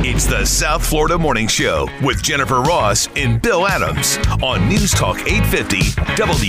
It's the South Florida Morning Show with Jennifer Ross and Bill Adams on News Talk 850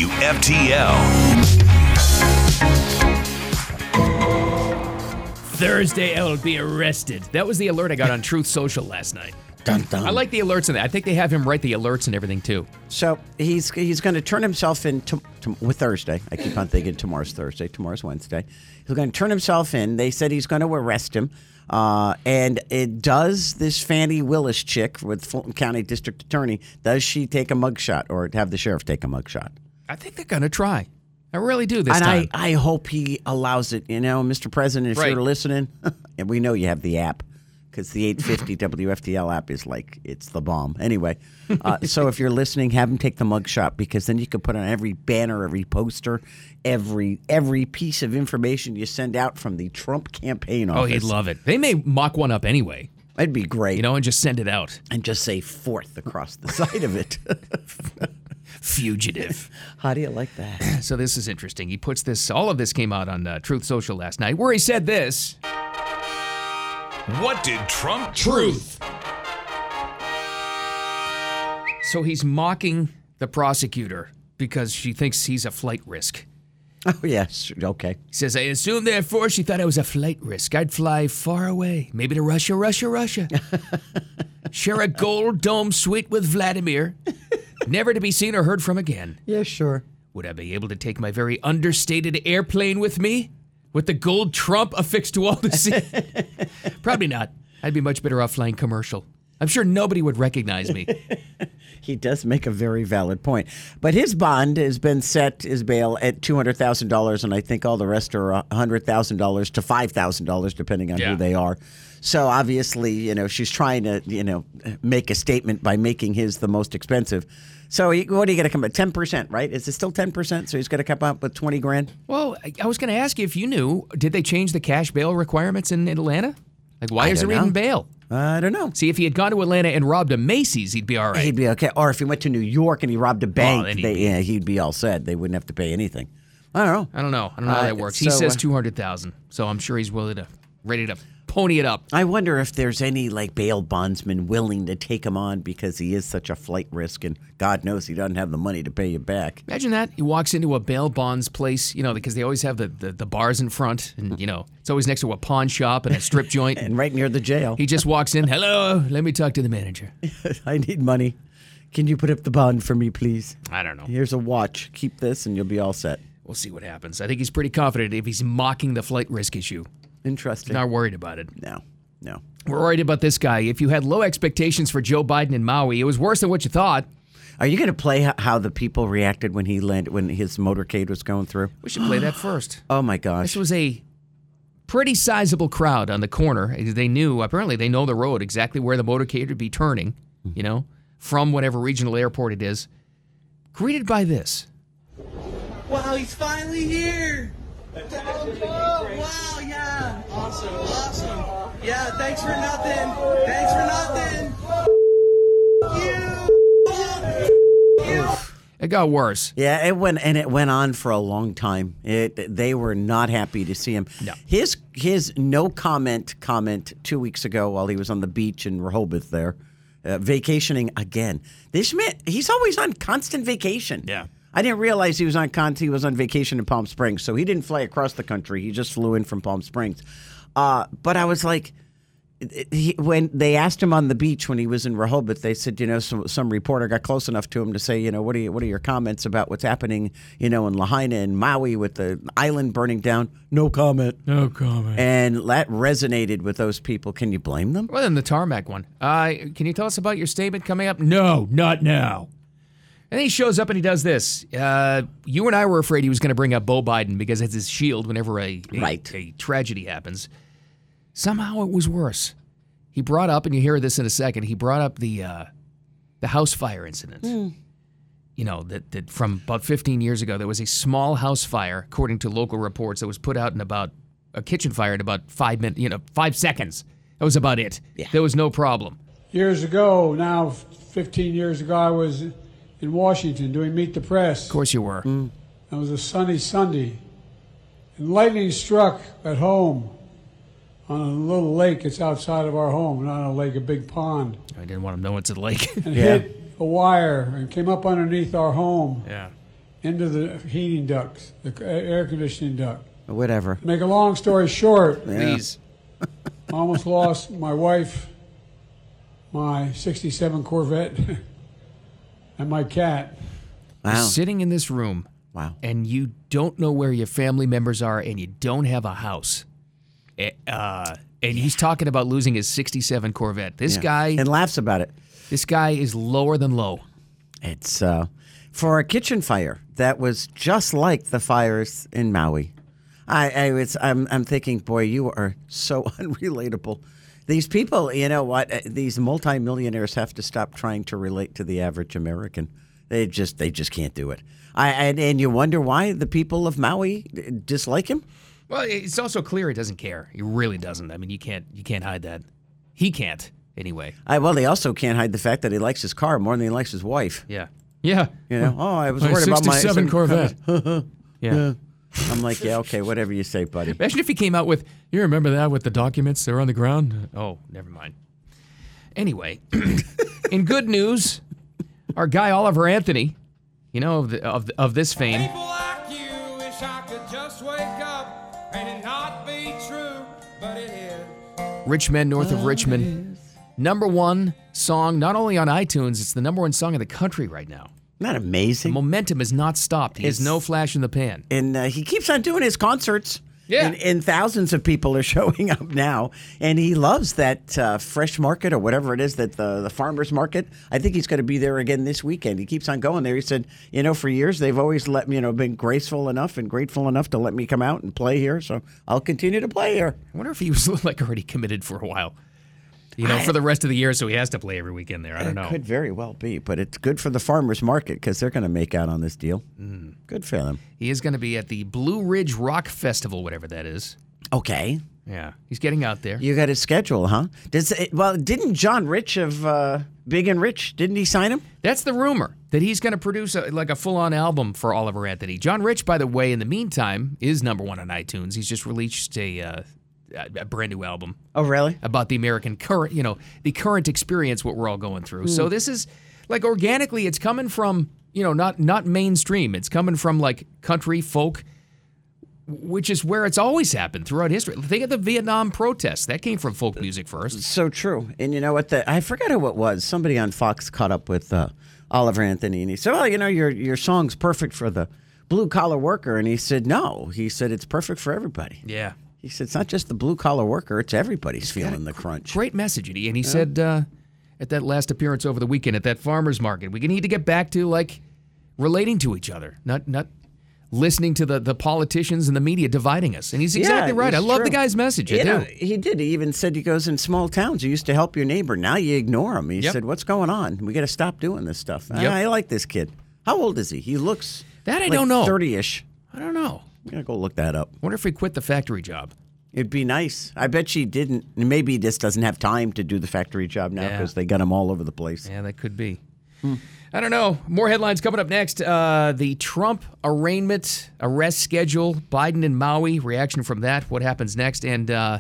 WFTL. Thursday, I will be arrested. That was the alert I got on Truth Social last night. Dun, dun. I like the alerts in that. I think they have him write the alerts and everything too. So he's he's going to turn himself in to, to, with Thursday. I keep on thinking tomorrow's Thursday, tomorrow's Wednesday. He's going to turn himself in. They said he's going to arrest him. Uh, and it does this Fannie Willis chick with Fulton County District Attorney? Does she take a mugshot or have the sheriff take a mugshot? I think they're gonna try. I really do this and time. I, I hope he allows it. You know, Mr. President, if Right. you're listening, and we know you have the app because the 850 WFTL app is like it's the bomb. Anyway, uh, so if you're listening, have him take the mugshot because then you can put on every banner, every poster, every every piece of information you send out from the Trump campaign office. oh, he'd love it. They may mock one up anyway, That'd be great. you know, and just send it out. and just say fourth across the side of it. Fugitive. How do you like that? so this is interesting. He puts this. All of this came out on uh, Truth Social last night, where he said this. What did Trump Truth. So he's mocking the prosecutor because she thinks he's a flight risk. Oh yes, okay. He says, I assume therefore she thought I was a flight risk. I'd fly far away, maybe to Russia, Russia, Russia. Share a gold dome suite with Vladimir, never to be seen or heard from again. Yeah, sure. Would I be able to take my very understated airplane with me? With the gold Trump affixed to all the seat? Probably not. I'd be much better off flying commercial. I'm sure nobody would recognize me. He does make a very valid point. But his bond has been set, his bail, at $200,000, and I think all the rest are $100,000 to $5,000, depending on Yeah. who they are. So obviously, you know, she's trying to, you know, make a statement by making his the most expensive. So he, what are you going to come up 10%, right? Is it still 10%? So he's going to come up with 20 grand? Well, I- I was going to ask you if you knew, did they change the cash bail requirements in Atlanta? Like, why is don't there even know. bail? I don't know. See, if he had gone to Atlanta and robbed a Macy's, he'd be all right. He'd be okay. Or if he went to New York and he robbed a bank, then he'd they, be- yeah, he'd be all set. They wouldn't have to pay anything. I don't know. I don't know. I don't know how Uh, that works. he so, says uh, two hundred thousand, so I'm sure he's willing to, ready to pony it up. I wonder if there's any like bail bondsman willing to take him on because he is such a flight risk and God knows he doesn't have the money to pay you back. Imagine that. He walks into a bail bonds place, you know, because they always have the, the, the bars in front, and you know, it's always next to a pawn shop and a strip joint. And right near the jail. he just walks in. Hello, let me talk to the manager. I need money. Can you put up the bond for me, please? I don't know. Here's a watch. Keep this and you'll be all set. We'll see what happens. I think he's pretty confident if he's mocking the flight risk issue. Interesting. Not worried about it. No, no. We're worried about this guy. If you had low expectations for Joe Biden in Maui, it was worse than what you thought. Are you going to play h- how the people reacted when he landed, when his motorcade was going through? We should play that first. Oh my This gosh. was a pretty sizable crowd on the corner. They knew, apparently, they know the road exactly where the motorcade would be turning, you know, from whatever regional airport it is. Greeted by this. Wow, he's finally here! Wow, yeah! Awesome, awesome. Yeah, thanks for nothing. Thanks for nothing. It got worse. Yeah, it went and it went on for a long time. It they were not happy to see him. No. His his no comment comment two weeks ago while he was on the beach in Rehoboth there, uh, vacationing again. This man, he's always on constant vacation. Yeah. I didn't realize he was on con- he was on vacation in Palm Springs, so he didn't fly across the country. He just flew in from Palm Springs. Uh, but I was like, he, when they asked him on the beach when he was in Rehoboth, they said, you know, some, some reporter got close enough to him to say, you know, what are you, what are your comments about what's happening, you know, in Lahaina and Maui with the island burning down? No comment. No comment. And that resonated with those people. Can you blame them? Well, then the tarmac one. Uh, can you tell us about your statement coming up? No, not now. And then he shows up and he does this. Uh, you and I were afraid he was going to bring up Bo Biden because it's his shield whenever a, a, Right. a tragedy happens. Somehow it was worse. He brought up, and you hear this in a second. He brought up the uh, the house fire incident. You know that that from about 15 years ago, there was a small house fire, according to local reports, that was put out in about a kitchen fire in about five minutes. You know, five seconds. That was about it. There was no problem. Years ago, now 15 years ago, I was in Washington doing Meet the Press. Of course, you were. Mm. It was a sunny Sunday. And lightning struck at home on a little lake that's outside of our home, not a lake, a big pond, I didn't want him knowing it's a lake. and hit a wire and came up underneath our home yeah. into the heating ducts, the c- air conditioning duct. Whatever. Make a long story short, Please. I almost lost my wife, my 67 Corvette, and my cat. Wow. Sitting in this room, Wow. and you don't know where your family members are, and you don't have a house. Eh, Uh, and he's talking about losing his '67 Corvette. This Yeah. guy, and laughs about it. this guy is lower than low. It's uh, for a kitchen fire that was just like the fires in Maui. I, I was, I'm, I'm thinking, boy, you are so unrelatable. These people, you know what? uh, These multimillionaires have to stop trying to relate to the average American. They just, they just can't do it. I, and, and you wonder why the people of Maui uh, dislike him. Well, it's also clear he doesn't care. He really doesn't. I mean, you can't you can't hide that. He can't anyway. I, well, they also can't hide the fact that he likes his car more than he likes his wife. Yeah. Yeah. You know, oh, I was worried about my Corvette. yeah. I'm like, yeah, okay, whatever you say, buddy. Imagine if he came out with, you remember that with the documents that were on the ground? Oh, never mind. Anyway, in good news, our guy Oliver Anthony, you know, of, the, of, the- of this fame, People like you wish I could just wake up and it not be true, but it is. Richmond, north of Richmond, number one song, not only on iTunes, it's the number one song in the country right now. Not amazing. Momentum has not stopped. He has It's- no flash in the pan. and uh, he keeps on doing his concerts. Yeah. And, and thousands of people are showing up now. And he loves that uh, fresh market or whatever it is that the, the farmer's market. I think he's going to be there again this weekend. He keeps on going there. He said, you know, for years they've always let me, you know, been graceful enough and grateful enough to let me come out and play here. So I'll continue to play here. I wonder if he was like already committed for a while. You know, for the rest of the year, so he has to play every weekend there. I don't know. Could very well be, but it's good for the farmer's market because they're going to make out on this deal. Mm. Good for them. He is going to be at the Blue Ridge Rock Festival, whatever that is. Okay. Yeah, he's getting out there. You got his schedule, huh? Does it, well, didn't John Rich of uh, Big and Rich didn't he sign him? That's the rumor that he's going to produce a, like a full-on album for Oliver Anthony. John Rich, by the way, in the meantime, is number one on iTunes. He's just released a uh, a a brand new album Oh, really? about the American current, you know, the current experience what we're all going through. Hmm. So this is like organically, it's coming from you know not not mainstream. It's coming from like country folk. Which is where it's always happened throughout history. Think of the Vietnam protests. That came from folk music first. So true. And you know what? The, I forgot who it was. Somebody on Fox caught up with uh, Oliver Anthony, and he said, "Well, you know, your your song's perfect for the blue collar worker." And he said, "No," he said, "It's perfect for everybody." Yeah. He said, "It's not just the blue collar worker; it's everybody's feeling the crunch." Great message, and he, and he said uh, at that last appearance over the weekend at that farmers market, we need to get back to like relating to each other, not not listening to the, the politicians and the media dividing us. And he's exactly right. I it's love the true. guy's message. I You know, do. he did. He even said he goes in small towns. You used to help your neighbor. Now you ignore him. He Yep. said, "What's going on? We got to stop doing this stuff." I- Yep. I, like this kid. How old is he? He looks That I don't know. Thirty-ish. I don't know. I'm gonna go look that up. Wonder if he quit the factory job. It'd be nice. I bet she didn't. Maybe he just doesn't have time to do the factory job now Yeah. because they got him all over the place. Yeah, that could be. I don't know. More headlines coming up next. Uh, the Trump arraignment, arrest schedule, Biden and Maui, reaction from that, what happens next. And uh,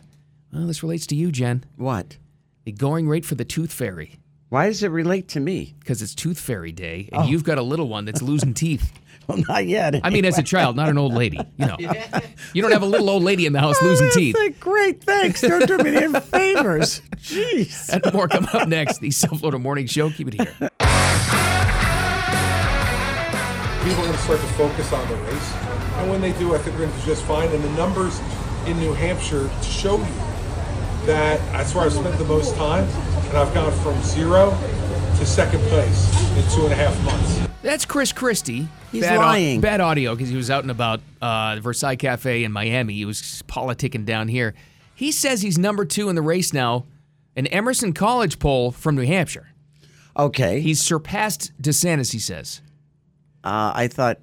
well, this relates to you, Jen. What? The going rate for the tooth fairy. Why does it relate to me? because it's Tooth Fairy Day, and you've got a little one that's losing teeth. Well, not yet. I mean, as a child, not an old lady. You know, you don't have a little old lady in the house losing teeth. Like, great, thanks. Don't do me any favors. Jeez. And more coming up next. The South Florida Morning Show. Keep it here. people are going to start to focus on the race. And when they do, I think we're going to do just fine. And the numbers in New Hampshire show you that that's where I've spent the most time. And I've gone from zero to second place in two and a half months. That's Chris Christie. He's bad au- lying. bad audio because he was out and about uh, the Versailles Cafe in Miami. He was politicking down here. He says he's number two in the race now An Emerson College poll from New Hampshire. Okay. He's surpassed DeSantis, he says. Uh, I thought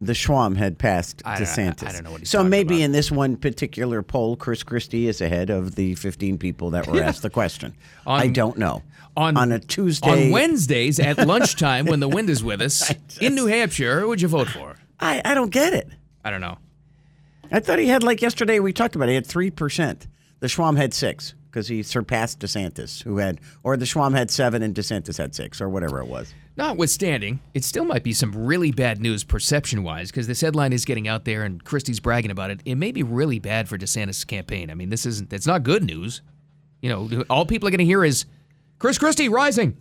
the Schwam had passed I don't- DeSantis. I don't know what he's So talking maybe about. in this one particular poll, Chris Christie is ahead of the 15 people that were asked the question. On- I don't know. on- a Tuesday. On Wednesdays at lunchtime when the wind is with us in New Hampshire, who would you vote for? I, I don't get it. I don't know. I thought he had, like yesterday we talked about, it, he had 3%. The Schwam had 6 because he surpassed DeSantis, who had, or the Schwam had 7 and DeSantis had 6 or whatever it was. Notwithstanding, it still might be some really bad news perception wise because this headline is getting out there and Christie's bragging about it. It may be really bad for DeSantis' campaign. I mean, this isn't, it's not good news. You know, all people are going to hear is Chris Christie rising.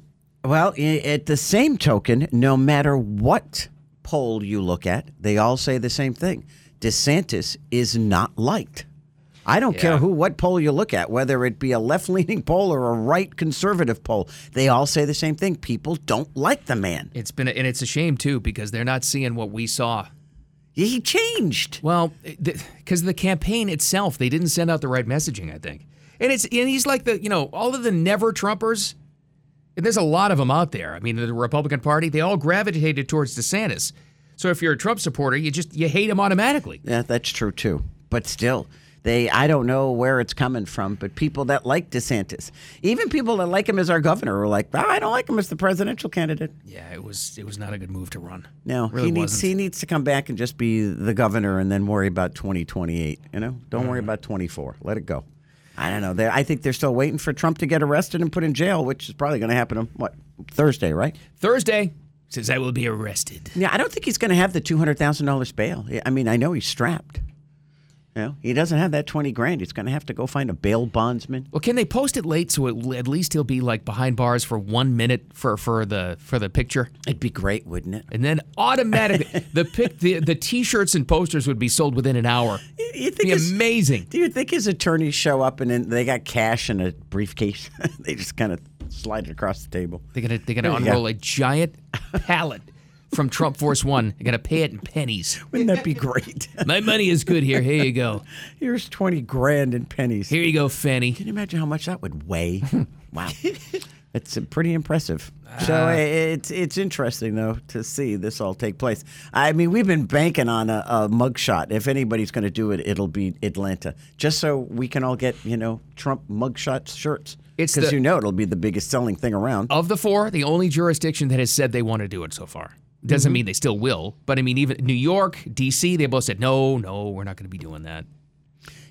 Well, i- at the same token, no matter what poll you look at, they all say the same thing. DeSantis is not liked. I don't care Yeah. who what poll you look at, whether it be a left-leaning poll or a right conservative poll, they all say the same thing. People don't like the man. It's been, a, and it's a shame too because they're not seeing what we saw. He changed. Well, because the campaign itself, they didn't send out the right messaging, I think. And it's, and he's like the, you know, all of the never Trumpers. And there's a lot of them out there. I mean, the Republican Party, they all gravitated towards DeSantis. So if you're a Trump supporter, you just you hate him automatically. Yeah, that's true too. But still, they I don't know where it's coming from, but people that like DeSantis, even people that like him as our governor, are like, "Ah, I don't like him as the presidential candidate. Yeah, it was it was not a good move to run. No, Really he needs wasn't. he needs to come back and just be the governor, and then worry about twenty twenty eight. You know, don't worry about twenty four. Let it go. I don't know. They, I think they're still waiting for Trump to get arrested and put in jail, which is probably going to happen on what Thursday, right? Thursday says I will be arrested. Yeah, I don't think he's going to have the two hundred thousand dollars bail. Yeah, I mean, I know he's strapped. You know, he doesn't have that twenty grand. He's going to have to go find a bail bondsman. Well, can they post it late so it, at least he'll be like behind bars for one minute for for the for the picture, It'd be great, wouldn't it? and then automatically the pic the the t-shirts and posters would be sold within an hour. You think Be his- amazing. Do you think his attorneys show up and then they got cash in a briefcase? they just kind of slide it across the table. They're gonna they're gonna Yeah. unroll a giant pallet from Trump Force One. They're gonna pay it in pennies. Wouldn't that be great? My money is good here. Here you go. Here's 20 grand in pennies. Here you go, Fanny. Can you imagine how much that would weigh? wow. It's uh, pretty impressive. Uh, So i- it's it's interesting though to see this all take place. I mean, we've been banking on a, a mugshot. If anybody's going to do it, it'll be Atlanta, just so we can all get you know Trump mugshot shirts. It's because the- you know it'll be the Oh. biggest selling thing around. Of the four, the only jurisdiction that has said they want to do it so far. Doesn't mean they still will, but I mean even New York, DC, they both said no, no, we're not going to be doing that.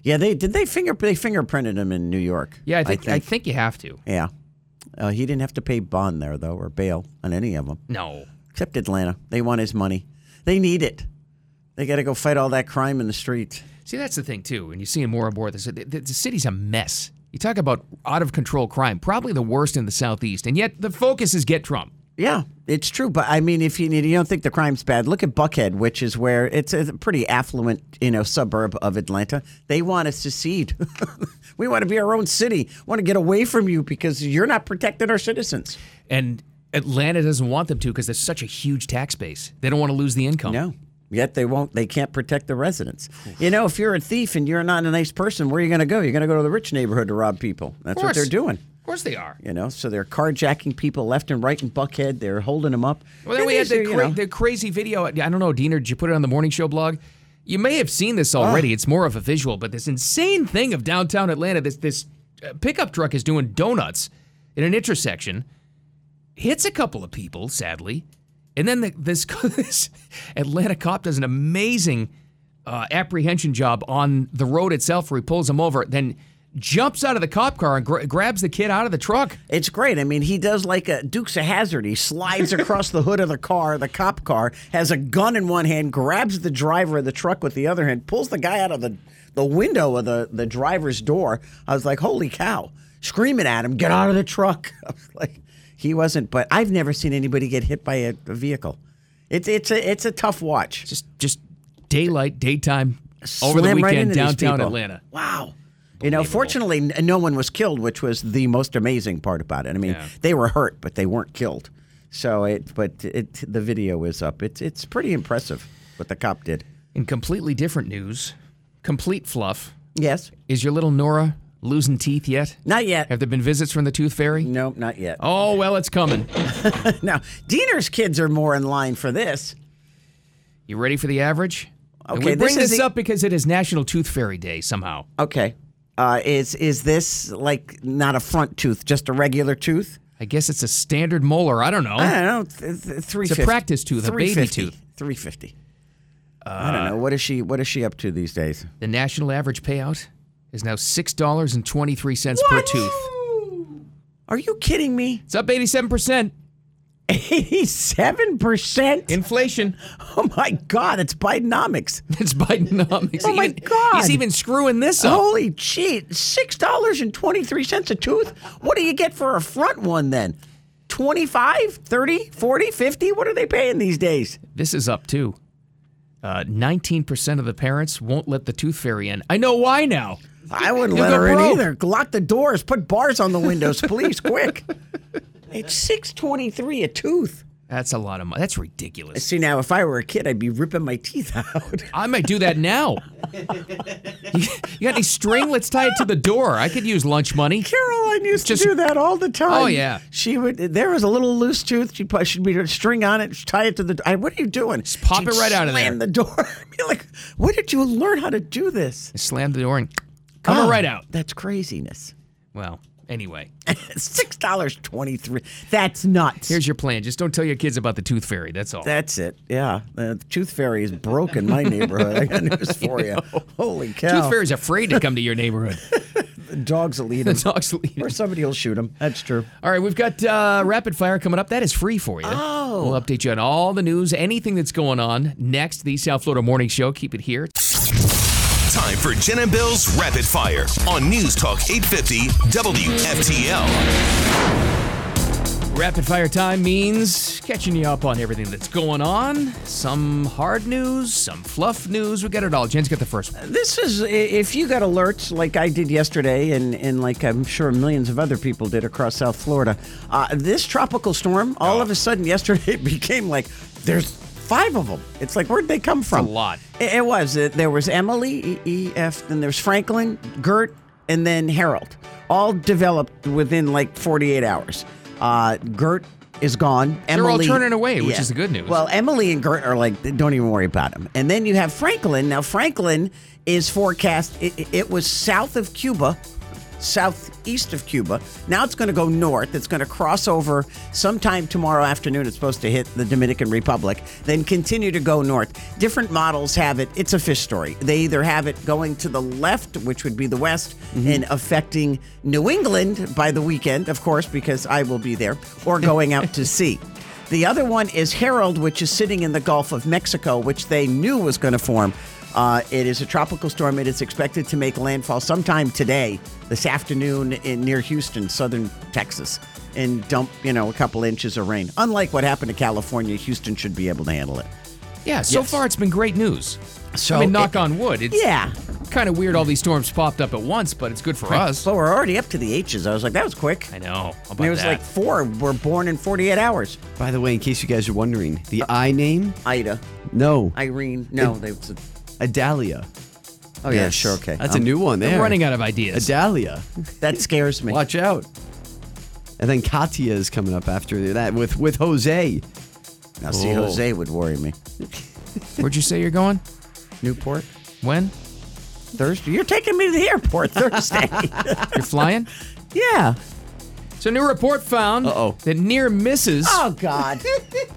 Yeah, they did. They finger they fingerprinted him in New York. Yeah, I think I think, you have to. yeah. Uh, he didn't have to pay bond there though, or bail on any of them. No. except Atlanta. They want his money. They need it. They got to go fight all that crime in the streets. See, that's the thing too, and you see it more and more. The, the, the city's a mess. You talk about out of control crime, probably the worst in the southeast, and yet the focus is get Trump. Yeah, it's true. But I mean, if you you don't think the crime's bad, look at Buckhead, which is where it's a pretty affluent, you know, suburb of Atlanta. They want to secede. we want to be our own city. Want to get away from you because you're not protecting our citizens. And Atlanta doesn't want them to because there's such a huge tax base. They don't want to lose the income. No. Yet they won't. They can't protect the residents. You know, if you're a thief and you're not a nice person, where are you going to go? You're going to go to the rich neighborhood to rob people. That's what they're course. doing. Of course they are. You know, so they're carjacking people left and right in Buckhead. They're holding them up. Well, then And we had these the, are, you cra- know- the crazy video. I don't know, Diener, did you put it on the morning show blog? You may have seen this Ah. already. It's more of a visual, but this insane thing of downtown Atlanta, this this uh, pickup truck is doing donuts in an intersection, hits a couple of people, sadly, and then the, this, this Atlanta cop does an amazing uh, apprehension job on the road itself, where he pulls him over, then jumps out of the cop car and gra- grabs the kid out of the truck. it's great. I mean, he does like a Dukes of Hazard. He slides across the hood of the car, the cop car, has a gun in one hand, grabs the driver of the truck with the other hand, pulls the guy out of the, the window of the, the driver's door. I was like, holy cow, screaming at him, get out of the truck. I was like, he wasn't, but I've never seen anybody get hit by a, a vehicle. It's it's a it's a tough watch. just just daylight, daytime, over the slam right weekend, into these downtown people. Atlanta. Wow. You know, fortunately, n- no one was killed, which was the most amazing part about it. I mean, Yeah. they were hurt, but they weren't killed. So it, but it, the video is up. It's it's pretty impressive what the cop did. In completely different news, complete fluff Yes. is your little Nora Losing teeth yet? Not yet. Have there been visits from the tooth fairy? Nope, not yet. Oh, well, it's coming. Now, Diener's kids are more in line for this. You ready for the average? And Okay, we this bring is this the- up because it is National Tooth Fairy Day somehow. Okay. Uh, is is this like not a front tooth, just a regular tooth? I guess it's a standard molar. I don't know. I don't know. Th- th- three. practice tooth, a baby tooth. Uh, Three fifty. I don't know. What is she? What is she up to these days? The national average payout is now $6.23 per tooth. Are you kidding me? It's up 87%. Eighty-seven percent. Inflation. Oh my God! It's Bidenomics. It's Bidenomics. Oh, my Even- God. He's even screwing this up. Holy cheat! Six dollars and twenty-three cents a tooth. What do you get for a front one then? 25, 30, 40, 50? What are they paying these days? This is up too. Uh, 19% of the parents won't let the tooth fairy in. I know why now. I wouldn't You'll let go her broke. in either. Lock the doors. Put bars on the windows, please, quick. It's six twenty-three a tooth. That's a lot of money. That's ridiculous. See now, if I were a kid, I'd be ripping my teeth out. I might do that now. you got any string? Let's tie it to the door. I could use lunch money. Caroline used Just- to do that all the time. Oh, yeah. she would. There was a little loose tooth. She'd put she'd be her string on it, tie it to the. I, what are you doing? Just pop it right out of slam there. the door. I'd be like, where did you learn how to do this? Slam the door and come Oh, right out. That's craziness. Well, anyway, Six dollars twenty-three. That's nuts. here's your plan. Just don't tell your kids about the tooth fairy. That's all. That's it. Yeah. The tooth fairy is broke in my neighborhood. I got news for you. Holy cow. Tooth fairy's afraid to come to your neighborhood. The dogs will eat the him. dog's leading. or somebody will shoot him. That's true. All right, we've got uh, rapid fire coming up. That is free for you. Oh. We'll update you on all the news, anything that's going on next. The South Florida Morning Show. Keep it here. Time for Jen and Bill's Rapid Fire on News Talk 850 WFTL. Rapid fire time means catching you up on everything that's going on. Some hard news, some fluff news. We got it all. Jen's got the first one. This is i- if you got alerts like I did yesterday, and, and like I'm sure millions of other people did across South Florida. Uh, this tropical storm, all of a sudden yesterday, it became like there's five of them. It's like where'd they come from? lot. It, it was. It, there was Emily, E- EF, then there's Franklin, Gert, and then Harold. All developed within like 48 hours. Uh, Gert is gone. all Emily, turning away, which is the good news. Well, Emily and Gert are like, don't even worry about him. And then you have Franklin. Now, Franklin is forecast, it, it was south of Cuba. Southeast of Cuba. Now it's going to go north. It's going to cross over sometime tomorrow afternoon. It's supposed to hit the Dominican Republic, then continue to go north. Different models have it. It's a fish story. They either have it going to the left, which would be the west, and affecting New England by the weekend, of course, because I will be there, or going out to sea. The other one is Harold, which is sitting in the Gulf of Mexico, which they knew was going to form. Uh, it is a tropical storm. It is expected to make landfall sometime today, this afternoon, in near Houston, southern Texas, and dump you know a couple inches of rain. Unlike what happened to California, Houston should be able to handle it. Yeah, so Yes. far it's been great news. So I mean, knock it- on wood. It's Yeah, kind of weird all these storms popped up at once, but it's good for us. but we're already up to the H's. I was like, that was quick. I know. How And about it was that? like four were born in 48 hours. By the way, in case you guys are wondering, the I name? Ida, No, Irene, no, they. Adalia. Oh yeah, sure, okay. That's Um, a new one. I'm There, running out of ideas. Adalia. That scares me. Watch out. And then Katia is coming up after that with with Jose. Now, see, Oh. Jose would worry me. Where'd you say you're going? Newport. When? Thursday. You're taking me to the airport Thursday. You're flying? yeah. So, a new report found Uh-oh. that near misses, Oh God.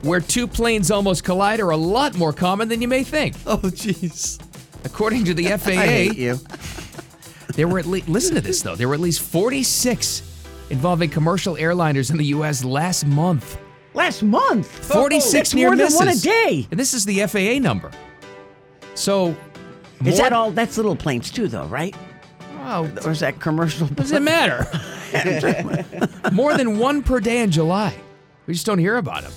where two planes almost collide, are a lot more common than you may think. Oh, jeez. According to the I hate FAA, you. there were at least listen to this though. There were at least 46 involving commercial airliners in the U.S. last month. Last month. 46 It's near Oh, more misses. than one a day. And this is the FAA number. So, Is more- that all? That's little planes too, though, right? Wow, Or is that commercial? does it matter? more than one per day in July. We just don't hear about them.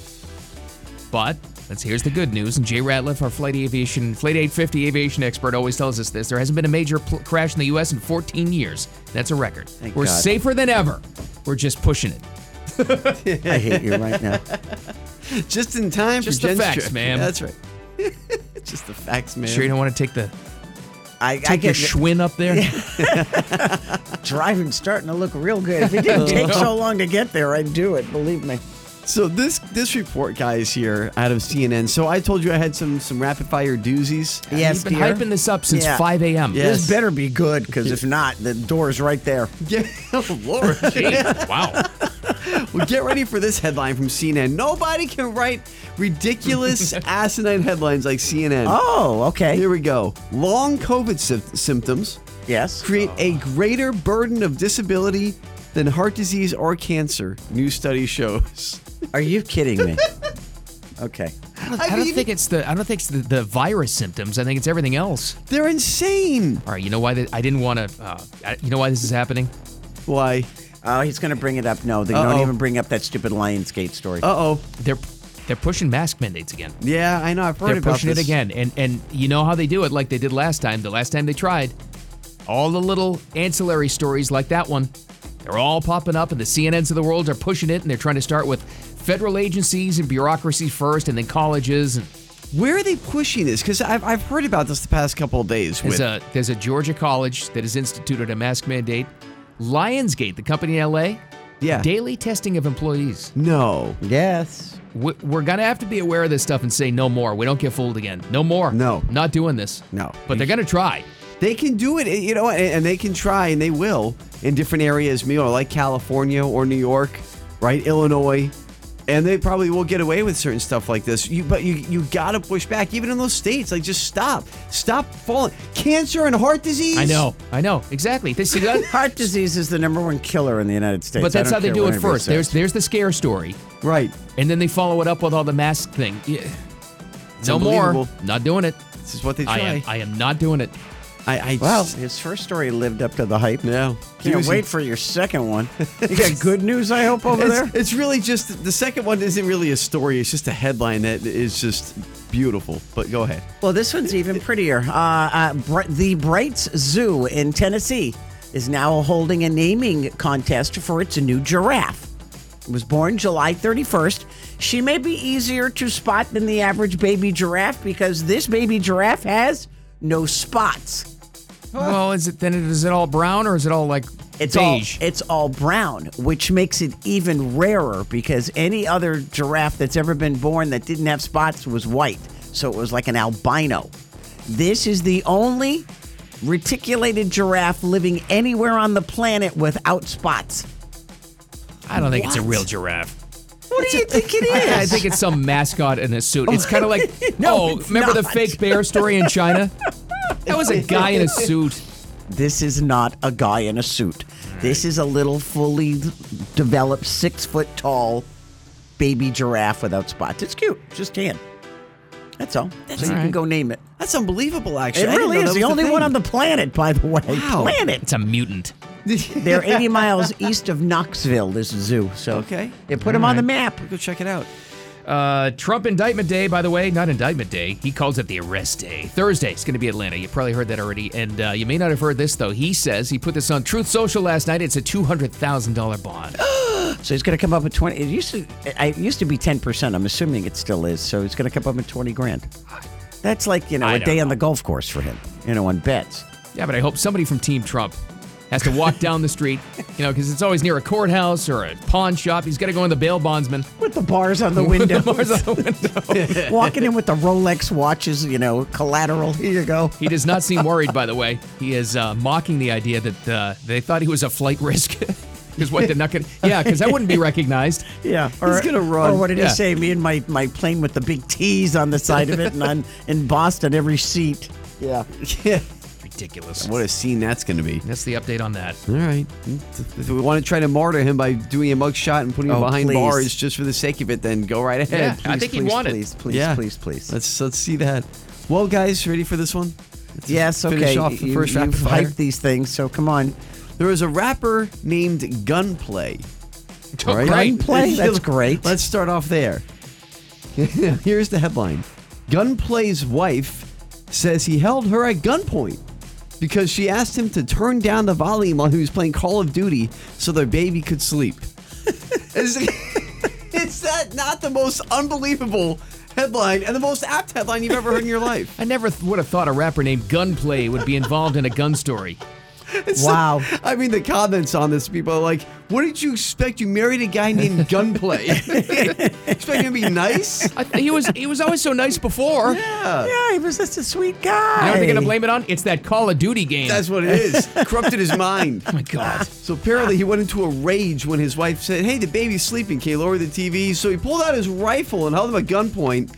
But let's here's the good news. And Jay Ratliff, our flight aviation, flight 850 aviation expert, always tells us this: there hasn't been a major pl- crash in the U.S. in 14 years. That's a record. We're God. safer than ever. We're just pushing it. I hate you right now. Just in time Just for the Jen's facts, trip. ma'am. That's right. Just the facts, man. Sure, you don't want to take the I, I Take your get Schwinn up there. driving starting to look real good. If it didn't take so long to get there, I'd do it. Believe me. So this this report guy is here out of CNN. So I told you I had some some rapid fire doozies. Yes, You've been hyping this up since Yeah. 5 a.m. Yeah. Yes. This better be good because if not, the door's right there. Yeah. Oh, Lord. Jeez, wow. well, get ready for this headline from CNN. Nobody can write ridiculous asinine headlines like CNN. Oh, okay. Here we go. Long COVID sym- symptoms Yes. create a Uh-huh. greater burden of disability than heart disease or cancer. New study shows. Are you kidding me? Okay. I, don't think it's the I don't think it's the, the virus symptoms. I think it's everything else. They're insane. All right, you know why that I didn't want to. Uh, I- you know why this is happening? Why? Oh, he's going to bring it up. No, they don't Uh-oh. even bring up that stupid Lionsgate story. Uh oh. They're they're pushing mask mandates again. Yeah, I know. I've heard They're about pushing this. it again, and and you know how they do it, like they did last time. The last time they tried, all the little ancillary stories like that one, they're all popping up, and the CNNs of the world are pushing it, and they're trying to start with federal agencies and bureaucracy first, and then colleges. And Where are they pushing this? Because I've, I've heard about this the past couple of days. there's with- a there's a Georgia college that has instituted a mask mandate. Lionsgate, the company in LA, Yeah. daily testing of employees. no. yes. we- we're gonna have to be aware of this stuff and say no more. We don't get fooled again. No more. No. Not doing this. No. But they're gonna try. They can do it, you know, and, and they can try, and they will in different areas, you know, like California or New York, right? Illinois, and they probably will get away with certain stuff like this. You, but you, you got to push back, even in those states. Like, just stop, stop falling. Cancer and heart disease. I know. I know. Exactly. They see that. Heart disease is the number one killer in the United States. but I that's don't how they care do what it anybody first. There's says. there's the scare story, Right. and then they follow it up with all the mask thing. Yeah. No more. unbelievable. Not doing it. This is what they try. I am. I am not doing it. I, I Well, just- his first story lived up to the hype. yeah. Can't Doozy. wait for your second one. You got good news, I hope, over It's, there? it's really just the second one isn't really a story. It's just a headline that is just beautiful. But go ahead. Well, this one's even prettier. Uh, uh, Br- the Brights Zoo in Tennessee is now holding a naming contest for its new giraffe. It was born July 31st. She may be easier to spot than the average baby giraffe because this baby giraffe has no spots. Well, is it then? Is it all brown or is it all like Ah. It's beige? all it's all brown, which makes it even rarer because any other giraffe that's ever been born that didn't have spots was white. So it was like an albino. This is the only reticulated giraffe living anywhere on the planet without spots. I don't think it's a What? real giraffe. What do you think it I, I is? think it's some mascot in a suit. It's kind of like No, oh, it's remember the not. fake bear story in China? That was a guy in a suit. This is not a guy in a suit. This is a little fully developed six foot tall baby giraffe without spots. It's cute, just tan. That's all. That's you can go name it. That's unbelievable. Actually, It I didn't really know is that the was only one thing. on the planet, by the way. Wow. Planet. It's a mutant. They're 80 miles east of Knoxville, this zoo. So Okay. they put them on the map. Go check it out. Uh, Trump indictment day, by the way, not indictment day. He calls it the arrest day. Thursday, it's going to be Atlanta. You probably heard that already. And uh, you may not have heard this, though. He says he put this on Truth Social last night. It's a $200,000 bond. So he's going to come up with 20. It used to, I- it used to be 10%. I'm assuming it still is. So he's going to come up with 20 grand. That's like, you know, I a don't day on know. the golf course for him, you know, on bets. Yeah, but I hope somebody from Team Trump has to walk down the street, you know, because it's always near a courthouse or a pawn shop. He's got to go in the bail bondsman. With the bars on the The window. bars on the window. Walking in with the Rolex watches, you know, collateral. Here you go. He does not seem worried, by the way. He is uh, mocking the idea that uh, they thought he was a flight risk. Because what they're not going to. Yeah, because I wouldn't be recognized. Yeah, He's gonna run. Or what did Yeah. he say? Me and my, my plane with the big T's on the side of it, and I'm embossed on every seat. Yeah, Yeah. Ridiculous. What a scene that's going to be. That's the update on that. All right. If we want to try to martyr him by doing a mugshot and putting him Oh, behind please. bars just for the sake of it, then go right ahead. Yeah, I think he please, won it. please, please, Yeah. please, please. Let's let's see that. Well, guys, ready for this one? yes, okay. finish off the you, first have rapid fire. hyped these things, so come on. There was a rapper named Gunplay. All right? Right. Gunplay? That's great. Let's start off there. Here's the headline: Gunplay's wife says he held her at gunpoint because she asked him to turn down the volume while he was playing Call of Duty so their baby could sleep. Is, is that not the most unbelievable headline and the most apt headline you've ever heard in your life. I never th- would have thought a rapper named Gunplay would be involved in a gun story. It's Wow. like- I mean, the comments on this, people are like, what did you expect? You married a guy named Gunplay. expect him to be nice? I, he was he was always so nice before. Yeah, he was just a sweet guy. You know what they're gonna blame it on? It's that Call of Duty game. That's what it is. Corrupted his mind. Oh my God. So apparently he went into a rage when his wife said, Hey, the baby's sleeping. Can you lower the TV? So he pulled out his rifle and held him at gunpoint.